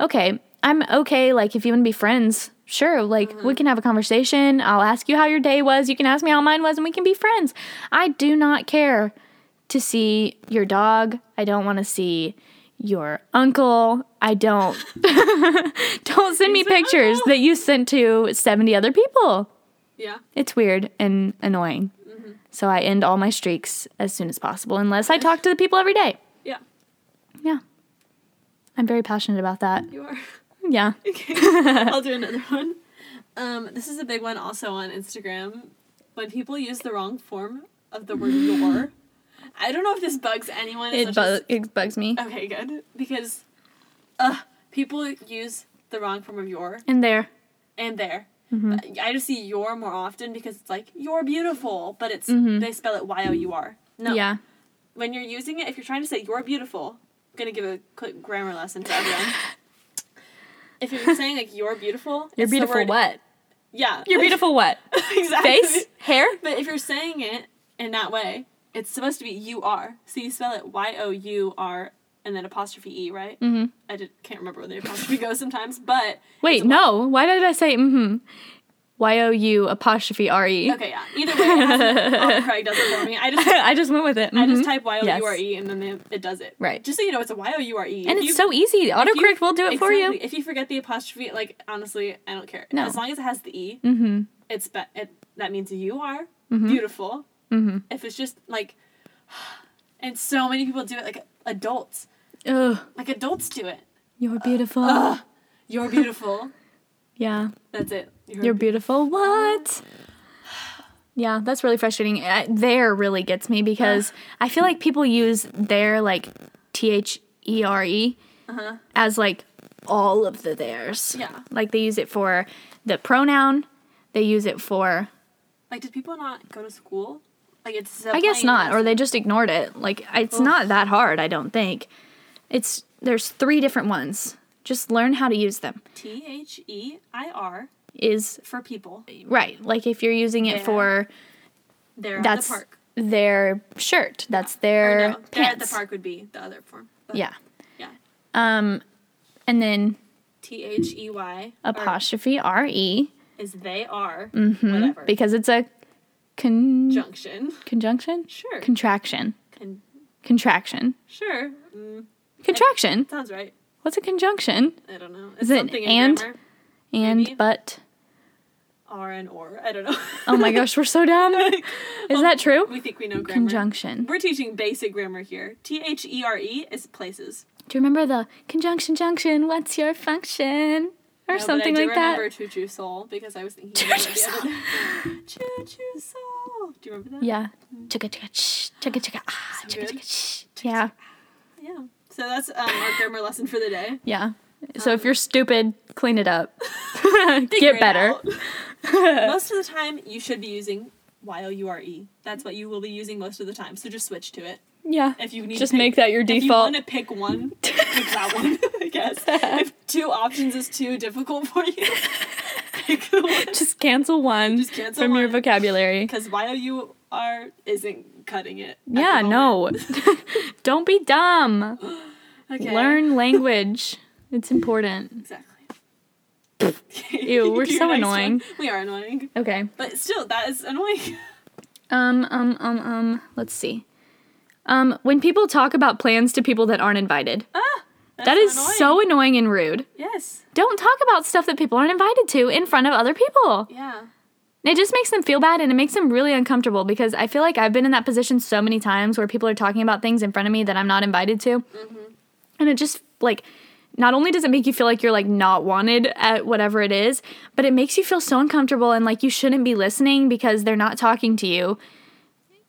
Speaker 1: okay, I'm okay like if you want to be friends, sure, like we can have a conversation. I'll ask you how your day was, you can ask me how mine was and we can be friends. I do not care to see your dog. I don't want to see your uncle. I don't don't send me
Speaker 2: He's my
Speaker 1: pictures
Speaker 2: uncle.
Speaker 1: that you sent to 70 other people.
Speaker 2: Yeah.
Speaker 1: It's weird and annoying. So I end all my streaks as soon as possible, unless I talk to the people every day.
Speaker 2: Yeah.
Speaker 1: Yeah. I'm very passionate about that.
Speaker 2: You are.
Speaker 1: Yeah.
Speaker 2: Okay. I'll do another one. Um, this is a big one also on Instagram. When people use the wrong form of the word your, I don't know if this bugs anyone. as
Speaker 1: It,
Speaker 2: much
Speaker 1: bu-
Speaker 2: as-
Speaker 1: it bugs me.
Speaker 2: Okay, good. Because uh, people use the wrong form of your
Speaker 1: And there.
Speaker 2: and their. Uh, I just see your more often because it's like you're beautiful, but it's they spell it Y O U R. No.
Speaker 1: Yeah.
Speaker 2: When you're using it, if you're trying to say you're beautiful, I'm gonna give a quick grammar lesson to everyone. if you're saying like you're beautiful,
Speaker 1: You're
Speaker 2: it's the
Speaker 1: beautiful
Speaker 2: word-
Speaker 1: what?
Speaker 2: Yeah.
Speaker 1: You're beautiful what?
Speaker 2: exactly.
Speaker 1: Face? Hair?
Speaker 2: But if you're saying it in that way, it's supposed to be you are. So you spell it Y O U R and then apostrophe E, right? Mm-hmm. I did, can't remember where the apostrophe goes sometimes, but
Speaker 1: Wait, no. Why did I say mm hmm? Y O U apostrophe R E.
Speaker 2: okay, yeah. Either way, it has to- autocorrect does it for me. I just
Speaker 1: I just went with it.
Speaker 2: I just
Speaker 1: mhm.
Speaker 2: type Y O U R E and then they- it does it.
Speaker 1: Right.
Speaker 2: Just so you know, it's a Y O U R E.
Speaker 1: And it's so easy. Autocorrect will do it for you.
Speaker 2: If you forget the apostrophe, like honestly, I don't care.
Speaker 1: No.
Speaker 2: As long as it has the E,
Speaker 1: Mm
Speaker 2: it's be- it, that means you are beautiful.
Speaker 1: hmm. Mm
Speaker 2: If it's just like, and so many people do it, like adults,
Speaker 1: hmm. Ugh.
Speaker 2: like adults do it.
Speaker 1: You're beautiful.
Speaker 2: You're beautiful.
Speaker 1: yeah.
Speaker 2: That's it. You're,
Speaker 1: You're beautiful. What? Yeah, that's really frustrating. Uh, There really gets me because I feel like people use their like T H E R E as like all of the theirs.
Speaker 2: Uh-huh. Yeah.
Speaker 1: Like they use it for the pronoun, they use it for
Speaker 2: Like, did people not go to school? Like, it's. E
Speaker 1: I guess not, or they just ignored it. Like it's not that hard, I don't think. It's there's three different ones. Just learn how to use them.
Speaker 2: T H E I R
Speaker 1: Is
Speaker 2: for people.
Speaker 1: right. Like if you're using it
Speaker 2: Yeah.
Speaker 1: for
Speaker 2: They're
Speaker 1: that's
Speaker 2: at the park.
Speaker 1: their shirt. That's
Speaker 2: Or
Speaker 1: their
Speaker 2: no, they're at the
Speaker 1: pants.
Speaker 2: park would be the other form. But
Speaker 1: Yeah.
Speaker 2: Yeah.
Speaker 1: Um, and then
Speaker 2: T H E Y
Speaker 1: apostrophe R E
Speaker 2: is they are
Speaker 1: Mm-hmm.
Speaker 2: whatever
Speaker 1: because it's a con-
Speaker 2: junction.
Speaker 1: conjunction,
Speaker 2: Sure.
Speaker 1: contraction,
Speaker 2: Con-
Speaker 1: contraction,
Speaker 2: sure. Mm,
Speaker 1: contraction.
Speaker 2: sounds right.
Speaker 1: What's a conjunction?
Speaker 2: I don't know.
Speaker 1: Is it and? And
Speaker 2: Maybe.
Speaker 1: but.
Speaker 2: R and or. I don't know.
Speaker 1: Oh my gosh, we're so dumb. Is
Speaker 2: Oh.
Speaker 1: that true?
Speaker 2: we think we know grammar.
Speaker 1: Conjunction.
Speaker 2: We're teaching basic grammar here. T H E R E is places.
Speaker 1: Do you remember the conjunction junction? What's your function? Or
Speaker 2: No, but
Speaker 1: something
Speaker 2: I do
Speaker 1: like that.
Speaker 2: remember Choo Choo Soul because I was thinking about it the other day. Choo Choo Soul. Do you remember that?
Speaker 1: Yeah. Chugga chugga shh, chugga chugga ah,
Speaker 2: So
Speaker 1: chugga
Speaker 2: good.
Speaker 1: chugga shh. Yeah.
Speaker 2: Yeah. So that's um, our grammar lesson for the day.
Speaker 1: Yeah. So if you're stupid, clean it up.
Speaker 2: Um,
Speaker 1: Get
Speaker 2: Figure it
Speaker 1: better.
Speaker 2: out. most of the time, you should be using Y O U R E. That's what you will be using most of the time. So just switch to it.
Speaker 1: Yeah.
Speaker 2: If you need
Speaker 1: Just
Speaker 2: to pick-
Speaker 1: make that your
Speaker 2: If you
Speaker 1: default.
Speaker 2: want to pick one, pick that one. I guess if two options is too difficult for you, pick the one.
Speaker 1: Just cancel one
Speaker 2: Just cancel
Speaker 1: from your
Speaker 2: one.
Speaker 1: vocabulary.
Speaker 2: Because Y O U R isn't cutting it. at the
Speaker 1: Yeah,
Speaker 2: moment.
Speaker 1: no. Don't be dumb.
Speaker 2: Okay.
Speaker 1: Learn language. it's important.
Speaker 2: exactly.
Speaker 1: Ew, we're
Speaker 2: Your
Speaker 1: so
Speaker 2: next
Speaker 1: annoying.
Speaker 2: one. We are annoying,
Speaker 1: Okay.
Speaker 2: but still, that is annoying.
Speaker 1: Um, um, um, um, let's see. Um, when people talk about plans to people that aren't invited,
Speaker 2: ah, that's
Speaker 1: that is
Speaker 2: annoying.
Speaker 1: so annoying and rude.
Speaker 2: Yes.
Speaker 1: Don't talk about stuff that people aren't invited to in front of other people.
Speaker 2: Yeah.
Speaker 1: It just makes them feel bad and it makes them really uncomfortable because I feel like I've been in that position so many times where people are talking about things in front of me that I'm not invited to. And it just like not only does it make you feel like you're like not wanted at whatever it is, but it makes you feel so uncomfortable and like you shouldn't be listening because they're not talking to you.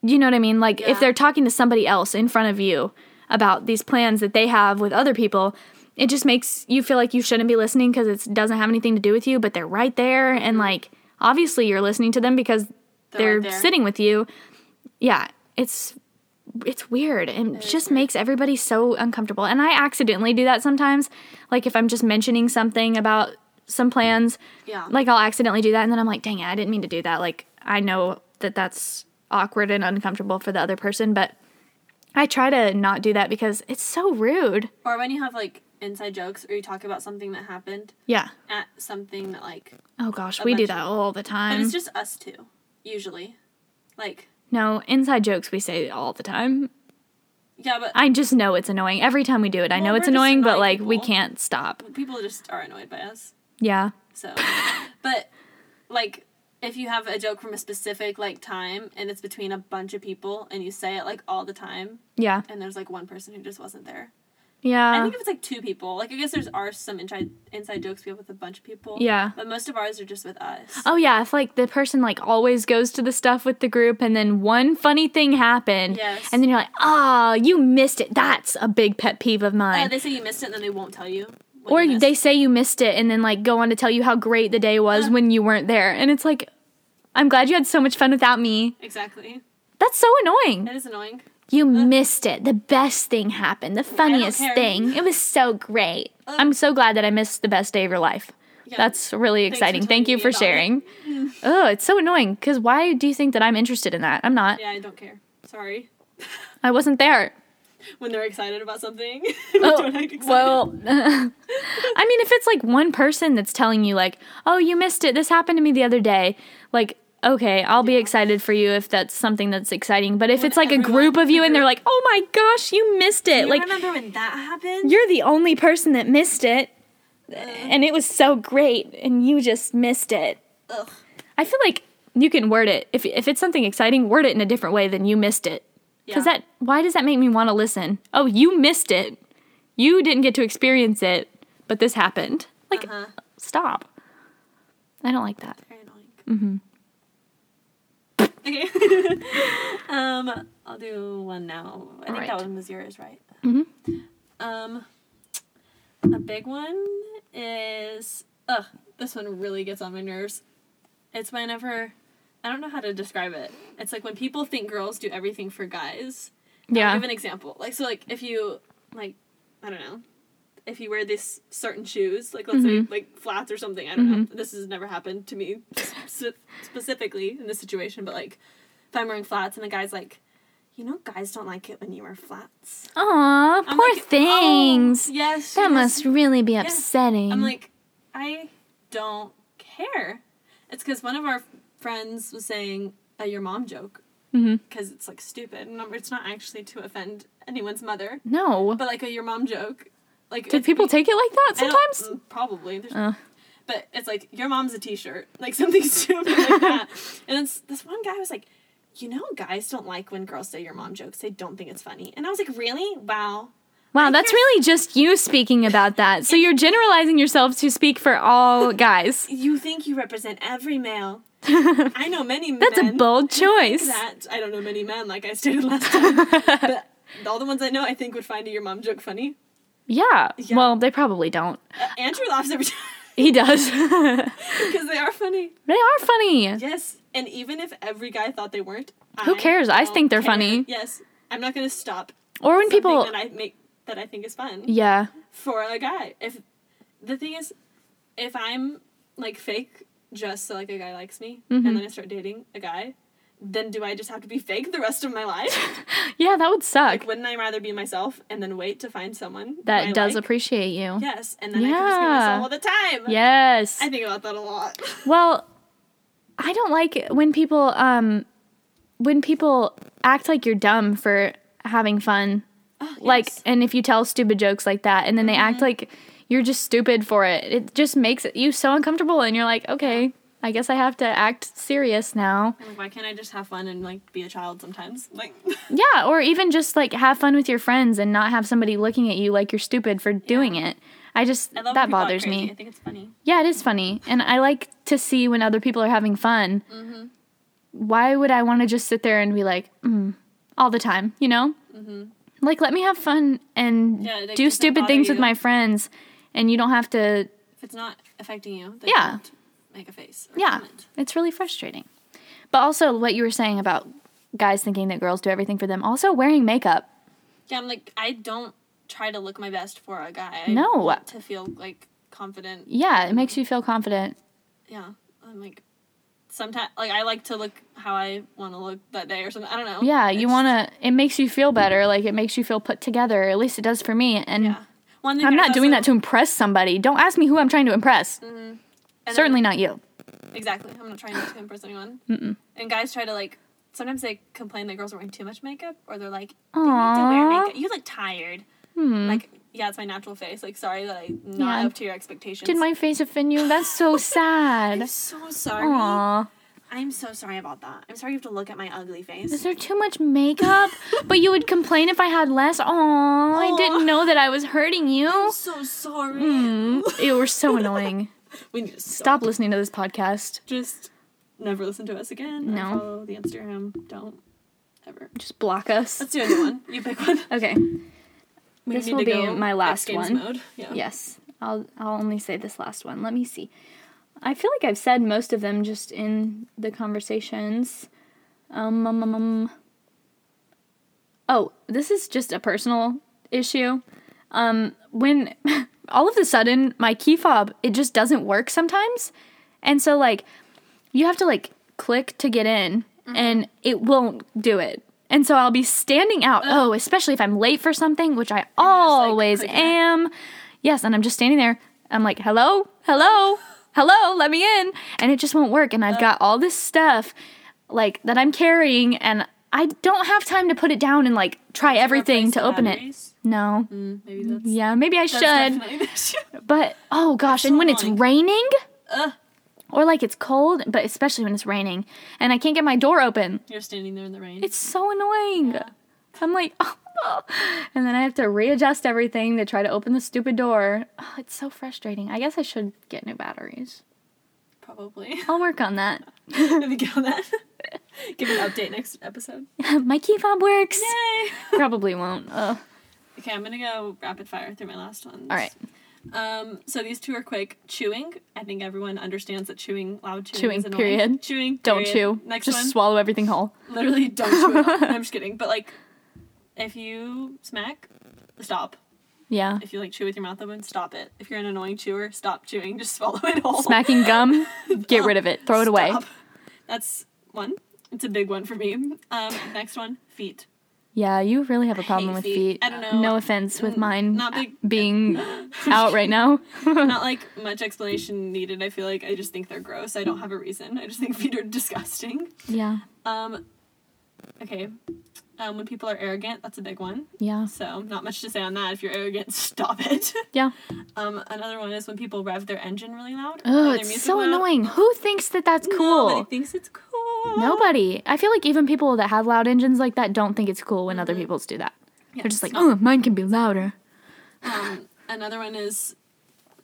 Speaker 1: You know what I mean? Like
Speaker 2: Yeah.
Speaker 1: if they're talking to somebody else in front of you about these plans that they have with other people, it just makes you feel like you shouldn't be listening because it doesn't have anything to do with you, but they're right there and like obviously you're listening to them because
Speaker 2: Mm-hmm. They're
Speaker 1: they're,
Speaker 2: right there.
Speaker 1: sitting with you. Yeah, it's it's weird and it just makes everybody so uncomfortable. And I accidentally do that sometimes. Like if I'm just mentioning something about some plans,
Speaker 2: Yeah.
Speaker 1: like I'll accidentally do that and then I'm like, dang it, I didn't mean to do that. Like I know that that's awkward and uncomfortable for the other person, but I try to not do that because it's so rude.
Speaker 2: Or when you have like inside jokes, or you talk about something that happened
Speaker 1: Yeah.
Speaker 2: at something that like,
Speaker 1: Oh gosh, we do
Speaker 2: bunch
Speaker 1: that
Speaker 2: of-
Speaker 1: all the
Speaker 2: but
Speaker 1: time.
Speaker 2: it's just us two, usually. Like,
Speaker 1: no, inside jokes we say all the time.
Speaker 2: yeah, but
Speaker 1: I just know it's annoying. Every time we do it, I know
Speaker 2: we're
Speaker 1: it's
Speaker 2: just
Speaker 1: annoying, but
Speaker 2: annoying
Speaker 1: like we
Speaker 2: people.
Speaker 1: can't stop.
Speaker 2: people just are annoyed by us.
Speaker 1: Yeah.
Speaker 2: So, but like if you have a joke from a specific like time and it's between a bunch of people and you say it like all the time
Speaker 1: Yeah.
Speaker 2: and there's like one person who just wasn't there.
Speaker 1: Yeah.
Speaker 2: I think if it's like two people, like I guess there's are some inside inside jokes we have with a bunch of people.
Speaker 1: Yeah.
Speaker 2: But most of ours are just with us.
Speaker 1: Oh yeah, if like the person like always goes to the stuff with the group and then one funny thing happened.
Speaker 2: Yes.
Speaker 1: And then you're like, "Oh, you missed it." That's a big pet peeve of
Speaker 2: Uh,
Speaker 1: mine.
Speaker 2: they say you missed it and then they won't tell you. what
Speaker 1: or
Speaker 2: you
Speaker 1: they
Speaker 2: missed.
Speaker 1: say you missed it and then like go on to tell you how great the day was
Speaker 2: Uh.
Speaker 1: when you weren't there. And it's like, "I'm glad you had so much fun without me."
Speaker 2: Exactly.
Speaker 1: That's so annoying.
Speaker 2: That is annoying.
Speaker 1: You missed it. The best thing happened. The funniest
Speaker 2: Uh, care. Uh,
Speaker 1: thing. It was so great. I'm so glad that I missed the best day of your life.
Speaker 2: Yeah.
Speaker 1: That's really
Speaker 2: for
Speaker 1: exciting. Thank
Speaker 2: telling
Speaker 1: you
Speaker 2: me
Speaker 1: for
Speaker 2: about it.
Speaker 1: sharing. oh, it's so annoying because why do you think that I'm interested in that? I'm not.
Speaker 2: Yeah, I don't care. Sorry.
Speaker 1: I wasn't there.
Speaker 2: When they're excited about something.
Speaker 1: Oh, well, I mean, if it's like one person that's telling you, like, oh, you missed it. This happened to me the other day. Like, okay, I'll be excited for you if that's something that's exciting. But if
Speaker 2: When
Speaker 1: it's like a
Speaker 2: everyone-
Speaker 1: group of you
Speaker 2: the
Speaker 1: and they're
Speaker 2: group-
Speaker 1: like, oh my gosh, you missed it.
Speaker 2: like,
Speaker 1: like,
Speaker 2: remember when that happened?
Speaker 1: you're the only person that missed it Uh. and it was so great and you just missed it
Speaker 2: Ugh.
Speaker 1: i feel like you can word it if, if it's something exciting word it in a different way than you missed it because
Speaker 2: Yeah.
Speaker 1: that why does that make me want to listen oh you missed it you didn't get to experience it but this happened. Like,
Speaker 2: Uh-huh.
Speaker 1: stop. I don't like that.
Speaker 2: Very annoying. Mm-hmm. Okay. um, I'll do one now. I think
Speaker 1: Alright.
Speaker 2: that one was yours, right? Um, a big one is ugh. This one really gets on my nerves. It's whenever I don't know how to describe it. It's like when people think girls do everything for guys. I'll
Speaker 1: Yeah.
Speaker 2: give an example. Like so like if you like I don't know. If you wear this certain shoes, like let's say
Speaker 1: Mm-hmm.
Speaker 2: like flats or something, I don't know. This has never happened to me sp- specifically in this situation, but like if I'm wearing flats and the guy's like, you know, guys don't like it when you wear flats.
Speaker 1: Aw,
Speaker 2: I'm
Speaker 1: poor
Speaker 2: like, "Oh,
Speaker 1: things.
Speaker 2: yes,
Speaker 1: that
Speaker 2: yes."
Speaker 1: must really be upsetting.
Speaker 2: I'm like, I don't care. It's because one of our friends was saying a your mom joke
Speaker 1: Mhm.
Speaker 2: because it's like stupid. And number- it's not actually to offend anyone's mother,
Speaker 1: no.
Speaker 2: but like a your mom joke. Like
Speaker 1: Did
Speaker 2: it's-
Speaker 1: people take it like that
Speaker 2: I don't-
Speaker 1: sometimes?
Speaker 2: mm, probably. There's,
Speaker 1: Oh.
Speaker 2: But it's like your mom's a T-shirt, like something stupid like that. And it's, this one guy was like, you know, guys don't like when girls say your mom jokes. They don't think it's funny. And I was like, really? Wow.
Speaker 1: Wow, that's really just you speaking about that. So you're generalizing yourself to speak for all guys.
Speaker 2: You think you represent every male.
Speaker 1: that's
Speaker 2: I know many
Speaker 1: a
Speaker 2: men.
Speaker 1: bold choice.
Speaker 2: that I don't know many men, like I stated last time. but all the ones I know, I think would find a your mom joke funny.
Speaker 1: Yeah.
Speaker 2: Yeah.
Speaker 1: Well, they probably don't.
Speaker 2: Uh, Andrew laughs every time
Speaker 1: He does. they
Speaker 2: because they are funny.
Speaker 1: are funny.
Speaker 2: Yes, and even if every guy thought they weren't,
Speaker 1: Who cares? I
Speaker 2: don't
Speaker 1: think they're funny.
Speaker 2: Yes, I'm not gonna stop
Speaker 1: Or when
Speaker 2: something
Speaker 1: people.
Speaker 2: that I make that I think is fun
Speaker 1: yeah.
Speaker 2: for a guy. If the thing is, if I'm like fake just so like a guy likes me,
Speaker 1: Mm-hmm.
Speaker 2: and then I start dating a guy, then do I just have to be fake the rest of my life?
Speaker 1: Yeah, that would suck.
Speaker 2: Like, wouldn't I rather be myself and then wait to find someone
Speaker 1: that
Speaker 2: I
Speaker 1: does
Speaker 2: like?
Speaker 1: appreciate you.
Speaker 2: Yes, and then I can just be myself all the time.
Speaker 1: Yes.
Speaker 2: I think about that a lot.
Speaker 1: Well, I don't like it when people um when people act like you're dumb for having fun. Like
Speaker 2: Oh, yes. Mm-hmm.
Speaker 1: and if you tell stupid jokes like that and then they act like you're just stupid for it. It just makes it, you so uncomfortable and you're like, "Okay, I guess I have to act serious now."
Speaker 2: I'm like, why can't I just have fun and like be a child sometimes? Like,
Speaker 1: Yeah, or even just like have fun with your friends and not have somebody looking at you like you're stupid for doing it. I just
Speaker 2: I love when people
Speaker 1: that
Speaker 2: act
Speaker 1: bothers
Speaker 2: crazy.
Speaker 1: me.
Speaker 2: I think it's funny.
Speaker 1: Yeah, it is funny. And I like to see when other people are having fun.
Speaker 2: Mm-hmm.
Speaker 1: Why would I want to just sit there and be like, mm, all the time, you know? Like, let me have fun and
Speaker 2: Mm-hmm. Yeah, like,
Speaker 1: do
Speaker 2: doesn't
Speaker 1: stupid
Speaker 2: bother
Speaker 1: things with
Speaker 2: you.
Speaker 1: my friends. And you don't have to,
Speaker 2: If it's not affecting you, then
Speaker 1: Yeah.
Speaker 2: don't make a face. Or
Speaker 1: yeah,
Speaker 2: comment.
Speaker 1: it's really frustrating. But also, what you were saying about guys thinking that girls do everything for them, also wearing makeup.
Speaker 2: Yeah, I'm like, I don't try to look my best for a guy. I
Speaker 1: No.
Speaker 2: want to feel like confident.
Speaker 1: Yeah, it
Speaker 2: Mm-hmm.
Speaker 1: makes you feel confident.
Speaker 2: Yeah, I'm like, sometimes like I like to look how I want to look that day or something. I don't know.
Speaker 1: Yeah, you
Speaker 2: It's-
Speaker 1: want to, it makes you feel better. Like, it makes you feel put together. At least it does for me. And
Speaker 2: Yeah. One thing
Speaker 1: I'm
Speaker 2: there's
Speaker 1: not doing
Speaker 2: also-
Speaker 1: that to impress somebody. Don't ask me who I'm trying to impress.
Speaker 2: and then-
Speaker 1: Certainly not you.
Speaker 2: Exactly. I'm not trying to impress anyone. Mm-mm. And guys try to like. Sometimes they complain that girls are wearing too much makeup, or they're like, "They need to wear
Speaker 1: Aw. Hmm.
Speaker 2: makeup. You look tired." Like, yeah, it's my natural face. Like, sorry that I'm not
Speaker 1: Yeah.
Speaker 2: up to your expectations.
Speaker 1: Did my face offend you? That's so
Speaker 2: I'm
Speaker 1: sad.
Speaker 2: so sorry.
Speaker 1: Aw.
Speaker 2: I'm so sorry about that. I'm sorry you have to look at my ugly
Speaker 1: Is
Speaker 2: face.
Speaker 1: there too much makeup? but you would complain if I had less. Aw, I
Speaker 2: Aw.
Speaker 1: didn't know that I was hurting
Speaker 2: I'm
Speaker 1: you.
Speaker 2: so sorry.
Speaker 1: You were so annoying.
Speaker 2: We need to stop.
Speaker 1: Mm. Stop listening to this podcast.
Speaker 2: Just never listen to us again.
Speaker 1: No.
Speaker 2: Follow the Instagram. Don't ever.
Speaker 1: Just block us.
Speaker 2: Let's do a new one. You pick one.
Speaker 1: Okay.
Speaker 2: We
Speaker 1: This
Speaker 2: need
Speaker 1: will
Speaker 2: to
Speaker 1: be
Speaker 2: go
Speaker 1: my
Speaker 2: X
Speaker 1: last
Speaker 2: Games
Speaker 1: one.
Speaker 2: Mode. Yeah.
Speaker 1: Yes. I'll I'll only say this last one. Let me see. I feel like I've said most of them just in the conversations. Um, um, um, um. Oh, this is just a personal issue. Um, when all of a sudden my key fob it just doesn't work sometimes, and so like you have to like click to get in,
Speaker 2: Mm-hmm.
Speaker 1: and it won't do it. And so I'll be standing out. Oh, especially if I'm late for something, which I
Speaker 2: like,
Speaker 1: always
Speaker 2: clicking it.
Speaker 1: am. Yes, and I'm just standing there. I'm like, hello, hello, hello, let me in. And it just won't work. And I've got all this stuff like that I'm carrying, and I don't have time to put it down and like try everything
Speaker 2: replace
Speaker 1: to
Speaker 2: the
Speaker 1: open
Speaker 2: batteries?
Speaker 1: it. No.
Speaker 2: Mm, Maybe that's.
Speaker 1: Yeah, maybe I
Speaker 2: That's
Speaker 1: should.
Speaker 2: definitely an issue.
Speaker 1: But oh gosh, and when it's
Speaker 2: annoying.
Speaker 1: raining
Speaker 2: Ugh.
Speaker 1: or like it's cold, but especially when it's raining and I can't get my door open,
Speaker 2: You're standing there in the rain.
Speaker 1: it's so annoying. I'm like, oh, and then I have to readjust everything to try to open the stupid door. Oh, it's so frustrating. I guess I should get new batteries.
Speaker 2: Probably.
Speaker 1: I'll work on that.
Speaker 2: Let me get on that. Give an update next episode.
Speaker 1: My key fob works.
Speaker 2: Yay!
Speaker 1: Probably won't. Ugh.
Speaker 2: Okay, I'm gonna go rapid fire through my last ones.
Speaker 1: All right.
Speaker 2: Um, so these two are quick. Chewing. I think everyone understands that chewing, loud chewing,
Speaker 1: Chewing,
Speaker 2: is annoying.
Speaker 1: period.
Speaker 2: Chewing.
Speaker 1: Don't
Speaker 2: period.
Speaker 1: chew.
Speaker 2: Next
Speaker 1: Just
Speaker 2: one.
Speaker 1: swallow everything whole.
Speaker 2: Literally, don't chew. At all. I'm just kidding. But like, if you smack, stop.
Speaker 1: Yeah.
Speaker 2: If you like chew with your mouth open, stop it. If you're an annoying chewer, stop chewing. Just swallow it whole.
Speaker 1: Smacking gum, get rid of it. Throw it away.
Speaker 2: Stop. That's one. It's a big one for me. Um, next one, feet.
Speaker 1: Yeah, you really have a problem
Speaker 2: hate
Speaker 1: with
Speaker 2: feet.
Speaker 1: feet.
Speaker 2: I don't know.
Speaker 1: No offense with
Speaker 2: Mm,
Speaker 1: mine
Speaker 2: not big-
Speaker 1: being out right now.
Speaker 2: Not like much explanation needed. I feel like I just think they're gross. I don't have a reason. I just think feet are disgusting.
Speaker 1: yeah.
Speaker 2: Um, okay. Um, when people are arrogant, that's a big one.
Speaker 1: Yeah.
Speaker 2: So not much to say on that. If you're arrogant, stop it.
Speaker 1: Yeah.
Speaker 2: um, another one is when people rev their engine really loud. or
Speaker 1: Oh,
Speaker 2: their music
Speaker 1: it's so
Speaker 2: loud.
Speaker 1: annoying. Who thinks that that's cool?
Speaker 2: Nobody thinks it's cool.
Speaker 1: Nobody. I feel like even people that have loud engines like that don't think it's cool when other
Speaker 2: Mm-hmm.
Speaker 1: people's do that. They're just like, oh, mine can be louder.
Speaker 2: Um, another one is,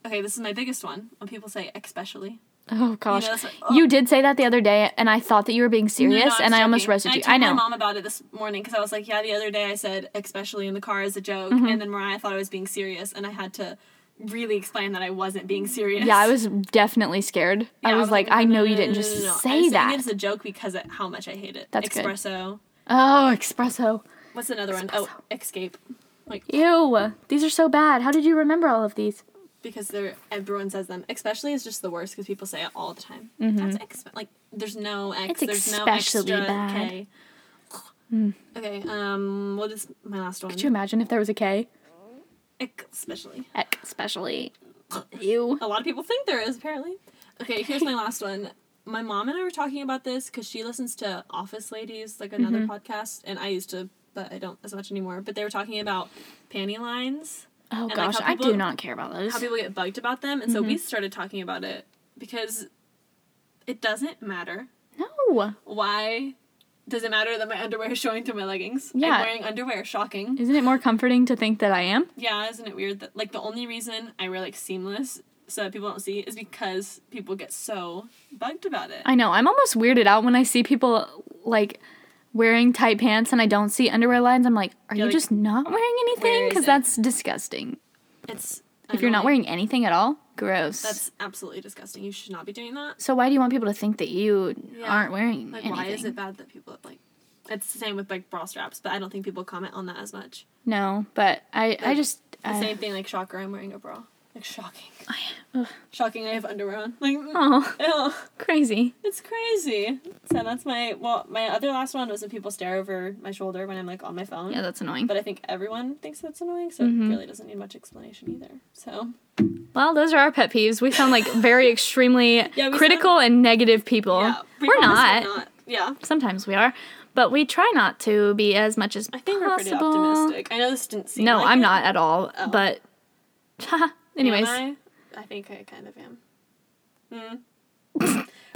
Speaker 2: okay, this is my biggest one. When people say especially.
Speaker 1: Oh gosh, you,
Speaker 2: that's what- oh.
Speaker 1: did say that the other day, and I thought that you were being
Speaker 2: No, no,
Speaker 1: serious,
Speaker 2: I'm
Speaker 1: and I almost
Speaker 2: joking.
Speaker 1: roasted you.
Speaker 2: I
Speaker 1: I
Speaker 2: told my
Speaker 1: know.
Speaker 2: mom about it this morning because I was like, yeah, the other day I said especially in the car as a joke, and then Mariah thought I was being serious, and I had to really explain that I wasn't being serious.
Speaker 1: Yeah, I was definitely scared. I
Speaker 2: Yeah,
Speaker 1: was like, I
Speaker 2: no,
Speaker 1: know
Speaker 2: no,
Speaker 1: you
Speaker 2: no,
Speaker 1: didn't
Speaker 2: no, no,
Speaker 1: just
Speaker 2: no, no. I'm
Speaker 1: say
Speaker 2: saying
Speaker 1: that.
Speaker 2: It as a joke because of how much I hate it.
Speaker 1: That's good.
Speaker 2: Espresso.
Speaker 1: oh, espresso.
Speaker 2: What's another one? Oh, escape. Like
Speaker 1: Ew, these are so bad. How did you remember all of these?
Speaker 2: because they're everyone says them. Especially is just the worst because people say it all the time. That's exp- like there's no X.
Speaker 1: It's
Speaker 2: there's no
Speaker 1: especially
Speaker 2: extra
Speaker 1: bad.
Speaker 2: K. Okay. Um. What is my last one?
Speaker 1: Could you imagine if there was a K?
Speaker 2: Especially.
Speaker 1: Ek, especially. Ew.
Speaker 2: A lot of people think there is, apparently. Okay, here's my last one. My mom and I were talking about this because she listens to Office Ladies, like another podcast, and I used to, but I don't as much anymore. But they were talking about panty lines,
Speaker 1: Oh
Speaker 2: like,
Speaker 1: gosh,
Speaker 2: how
Speaker 1: I
Speaker 2: people-
Speaker 1: do not care about those.
Speaker 2: how people get bugged about them, and so we started talking about it because it doesn't matter.
Speaker 1: no.
Speaker 2: Why does it matter that my underwear is showing through my leggings?
Speaker 1: Yeah.
Speaker 2: I'm wearing underwear, shocking.
Speaker 1: Isn't it more comforting to think that I am?
Speaker 2: Yeah, isn't it weird that like the only reason I wear like seamless so that people don't see is because people get so bugged about it.
Speaker 1: I know. I'm almost weirded out when I see people like wearing tight pants and I don't see underwear lines. I'm like, are you
Speaker 2: like, "Oh,
Speaker 1: just not wearing
Speaker 2: where
Speaker 1: anything?
Speaker 2: is
Speaker 1: Because
Speaker 2: it?
Speaker 1: that's disgusting.
Speaker 2: It's
Speaker 1: If you're not
Speaker 2: annoying.
Speaker 1: wearing anything at all, gross.
Speaker 2: that's absolutely disgusting. You should not be doing that.
Speaker 1: so why do you want people to think that you
Speaker 2: Yeah.
Speaker 1: aren't wearing
Speaker 2: Like,
Speaker 1: anything?
Speaker 2: why is it bad that people like? It's the same with like bra straps, but I don't think people comment on that as much.
Speaker 1: No, but I, I
Speaker 2: Like,
Speaker 1: just
Speaker 2: The
Speaker 1: I,
Speaker 2: same thing like shocker, I'm wearing a bra. Like shocking. Shocking, I have underwear on. Like,
Speaker 1: oh
Speaker 2: ew,
Speaker 1: crazy.
Speaker 2: it's crazy. So that's my well, my other last one was when people stare over my shoulder when I'm like on my phone.
Speaker 1: Yeah, that's annoying.
Speaker 2: But I think everyone thinks that's annoying, so
Speaker 1: Mm-hmm.
Speaker 2: it really doesn't need much explanation either. So
Speaker 1: Well, those are our pet peeves. We sound like very extremely
Speaker 2: sound-
Speaker 1: critical and negative people.
Speaker 2: yeah, we
Speaker 1: we're, not.
Speaker 2: promise we're Yeah,
Speaker 1: Sometimes we are, but we try not to be as much as
Speaker 2: I think we're pretty
Speaker 1: possible.
Speaker 2: optimistic. I know this didn't seem.
Speaker 1: No,
Speaker 2: like
Speaker 1: I'm
Speaker 2: it.
Speaker 1: not at all.
Speaker 2: Oh.
Speaker 1: But
Speaker 2: Am
Speaker 1: anyways,
Speaker 2: I? I think I kind of am.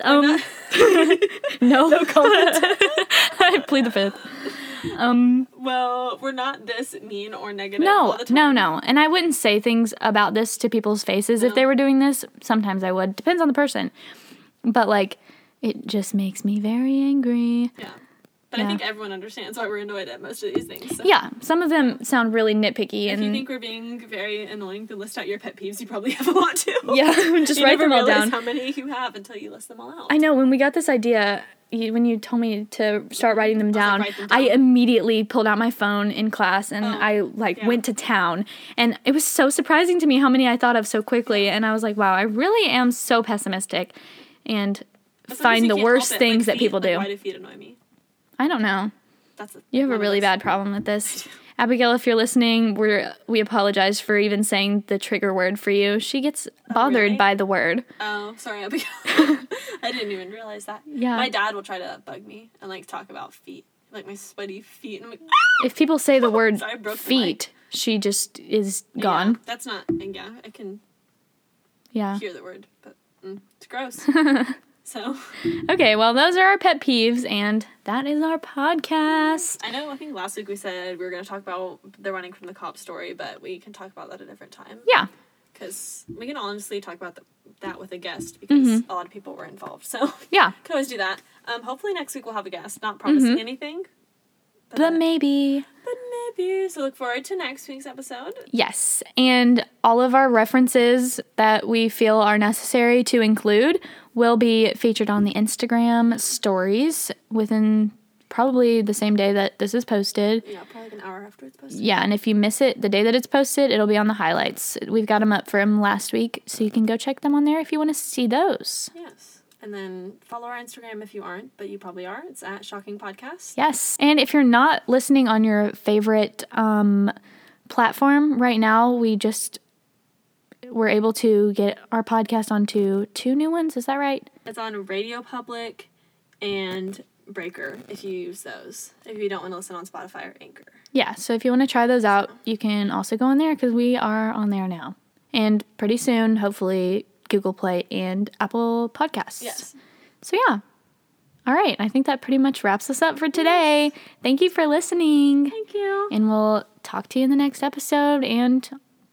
Speaker 1: um, no, comment. I plead the fifth. Um,
Speaker 2: Well, we're not this mean or negative. all
Speaker 1: no,
Speaker 2: the time.
Speaker 1: no, no. And I wouldn't say things about this to people's faces if they were doing this. Sometimes I would. Depends on the person. But like, it just makes me very angry.
Speaker 2: Yeah, but I
Speaker 1: Yeah.
Speaker 2: think everyone understands why we're annoyed at most of these things. So
Speaker 1: Yeah, some of them sound really nitpicky
Speaker 2: If you
Speaker 1: and
Speaker 2: think we're being very annoying, then list out your pet peeves. You probably have a lot too.
Speaker 1: yeah, just
Speaker 2: You
Speaker 1: write
Speaker 2: never
Speaker 1: them all
Speaker 2: realize
Speaker 1: down.
Speaker 2: how many you have until you list them all out.
Speaker 1: I know when we got this idea, you, when you told me to start writing them
Speaker 2: like,
Speaker 1: down,
Speaker 2: "Write them
Speaker 1: I
Speaker 2: down."
Speaker 1: immediately pulled out my phone in class and
Speaker 2: Oh,
Speaker 1: I like
Speaker 2: yeah.
Speaker 1: went to town. And it was so surprising to me how many I thought of so quickly. And I was like, wow, I really am so pessimistic and
Speaker 2: But sometimes
Speaker 1: find
Speaker 2: you
Speaker 1: the
Speaker 2: can't help
Speaker 1: worst
Speaker 2: it, like
Speaker 1: things that
Speaker 2: feet,
Speaker 1: people
Speaker 2: like,
Speaker 1: do.
Speaker 2: Why do feet annoy me?
Speaker 1: I don't know.
Speaker 2: That's a,
Speaker 1: You have a
Speaker 2: one of
Speaker 1: really
Speaker 2: those.
Speaker 1: bad problem with this. Abigail, if you're listening, we're, we apologize for even saying the trigger word for you. She gets bothered
Speaker 2: Oh, really?
Speaker 1: by the word.
Speaker 2: Oh, sorry, Abigail. I didn't even realize that.
Speaker 1: Yeah.
Speaker 2: My dad will try to bug me and like talk about feet, like my sweaty feet, and I'm like, "Ah!"
Speaker 1: If people say the word
Speaker 2: Sorry, I broke the mic.
Speaker 1: feet, she just is
Speaker 2: Yeah,
Speaker 1: gone.
Speaker 2: that's not. And yeah, I can
Speaker 1: Yeah.
Speaker 2: hear the word, but mm, it's gross. So
Speaker 1: Okay, well, those are our pet peeves, and that is our podcast.
Speaker 2: I know I think last week we said we were going to talk about the running from the cop story, but we can talk about that a different time
Speaker 1: Yeah,
Speaker 2: because we can honestly talk about the, that with a guest because
Speaker 1: Mm-hmm.
Speaker 2: a lot of people were involved. So can
Speaker 1: yeah,
Speaker 2: always do that. Um, hopefully next week we'll have a guest. Not
Speaker 1: Mm-hmm.
Speaker 2: promising anything,
Speaker 1: but maybe.
Speaker 2: but maybe. So look forward to next week's episode.
Speaker 1: Yes, and all of our references that we feel are necessary to include will be featured on the Instagram stories within probably the same day that this is posted.
Speaker 2: Yeah, probably like an hour after it's posted.
Speaker 1: Yeah, and if you miss it, the day that it's posted, it'll be on the highlights. We've got them up from last week, so you can go check them on there if you want to see those.
Speaker 2: Yes. And then follow our Instagram if you aren't, but you probably are. It's at Shocking Podcast.
Speaker 1: Yes. And if you're not listening on your favorite um, platform right now, we just were able to get our podcast onto two new ones. Is that right?
Speaker 2: It's on Radio Public and Breaker if you use those. If you don't want to listen on Spotify or Anchor.
Speaker 1: Yeah. So if you want to try those out, you can also go on there because we are on there now. And pretty soon, hopefully, Google Play and Apple Podcasts.
Speaker 2: Yes.
Speaker 1: So yeah. All right. I think that pretty much wraps us up for today. Thank you for listening.
Speaker 2: Thank you.
Speaker 1: And we'll talk to you in the next episode and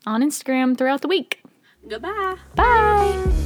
Speaker 1: on Instagram throughout the week.
Speaker 2: Goodbye.
Speaker 1: Bye.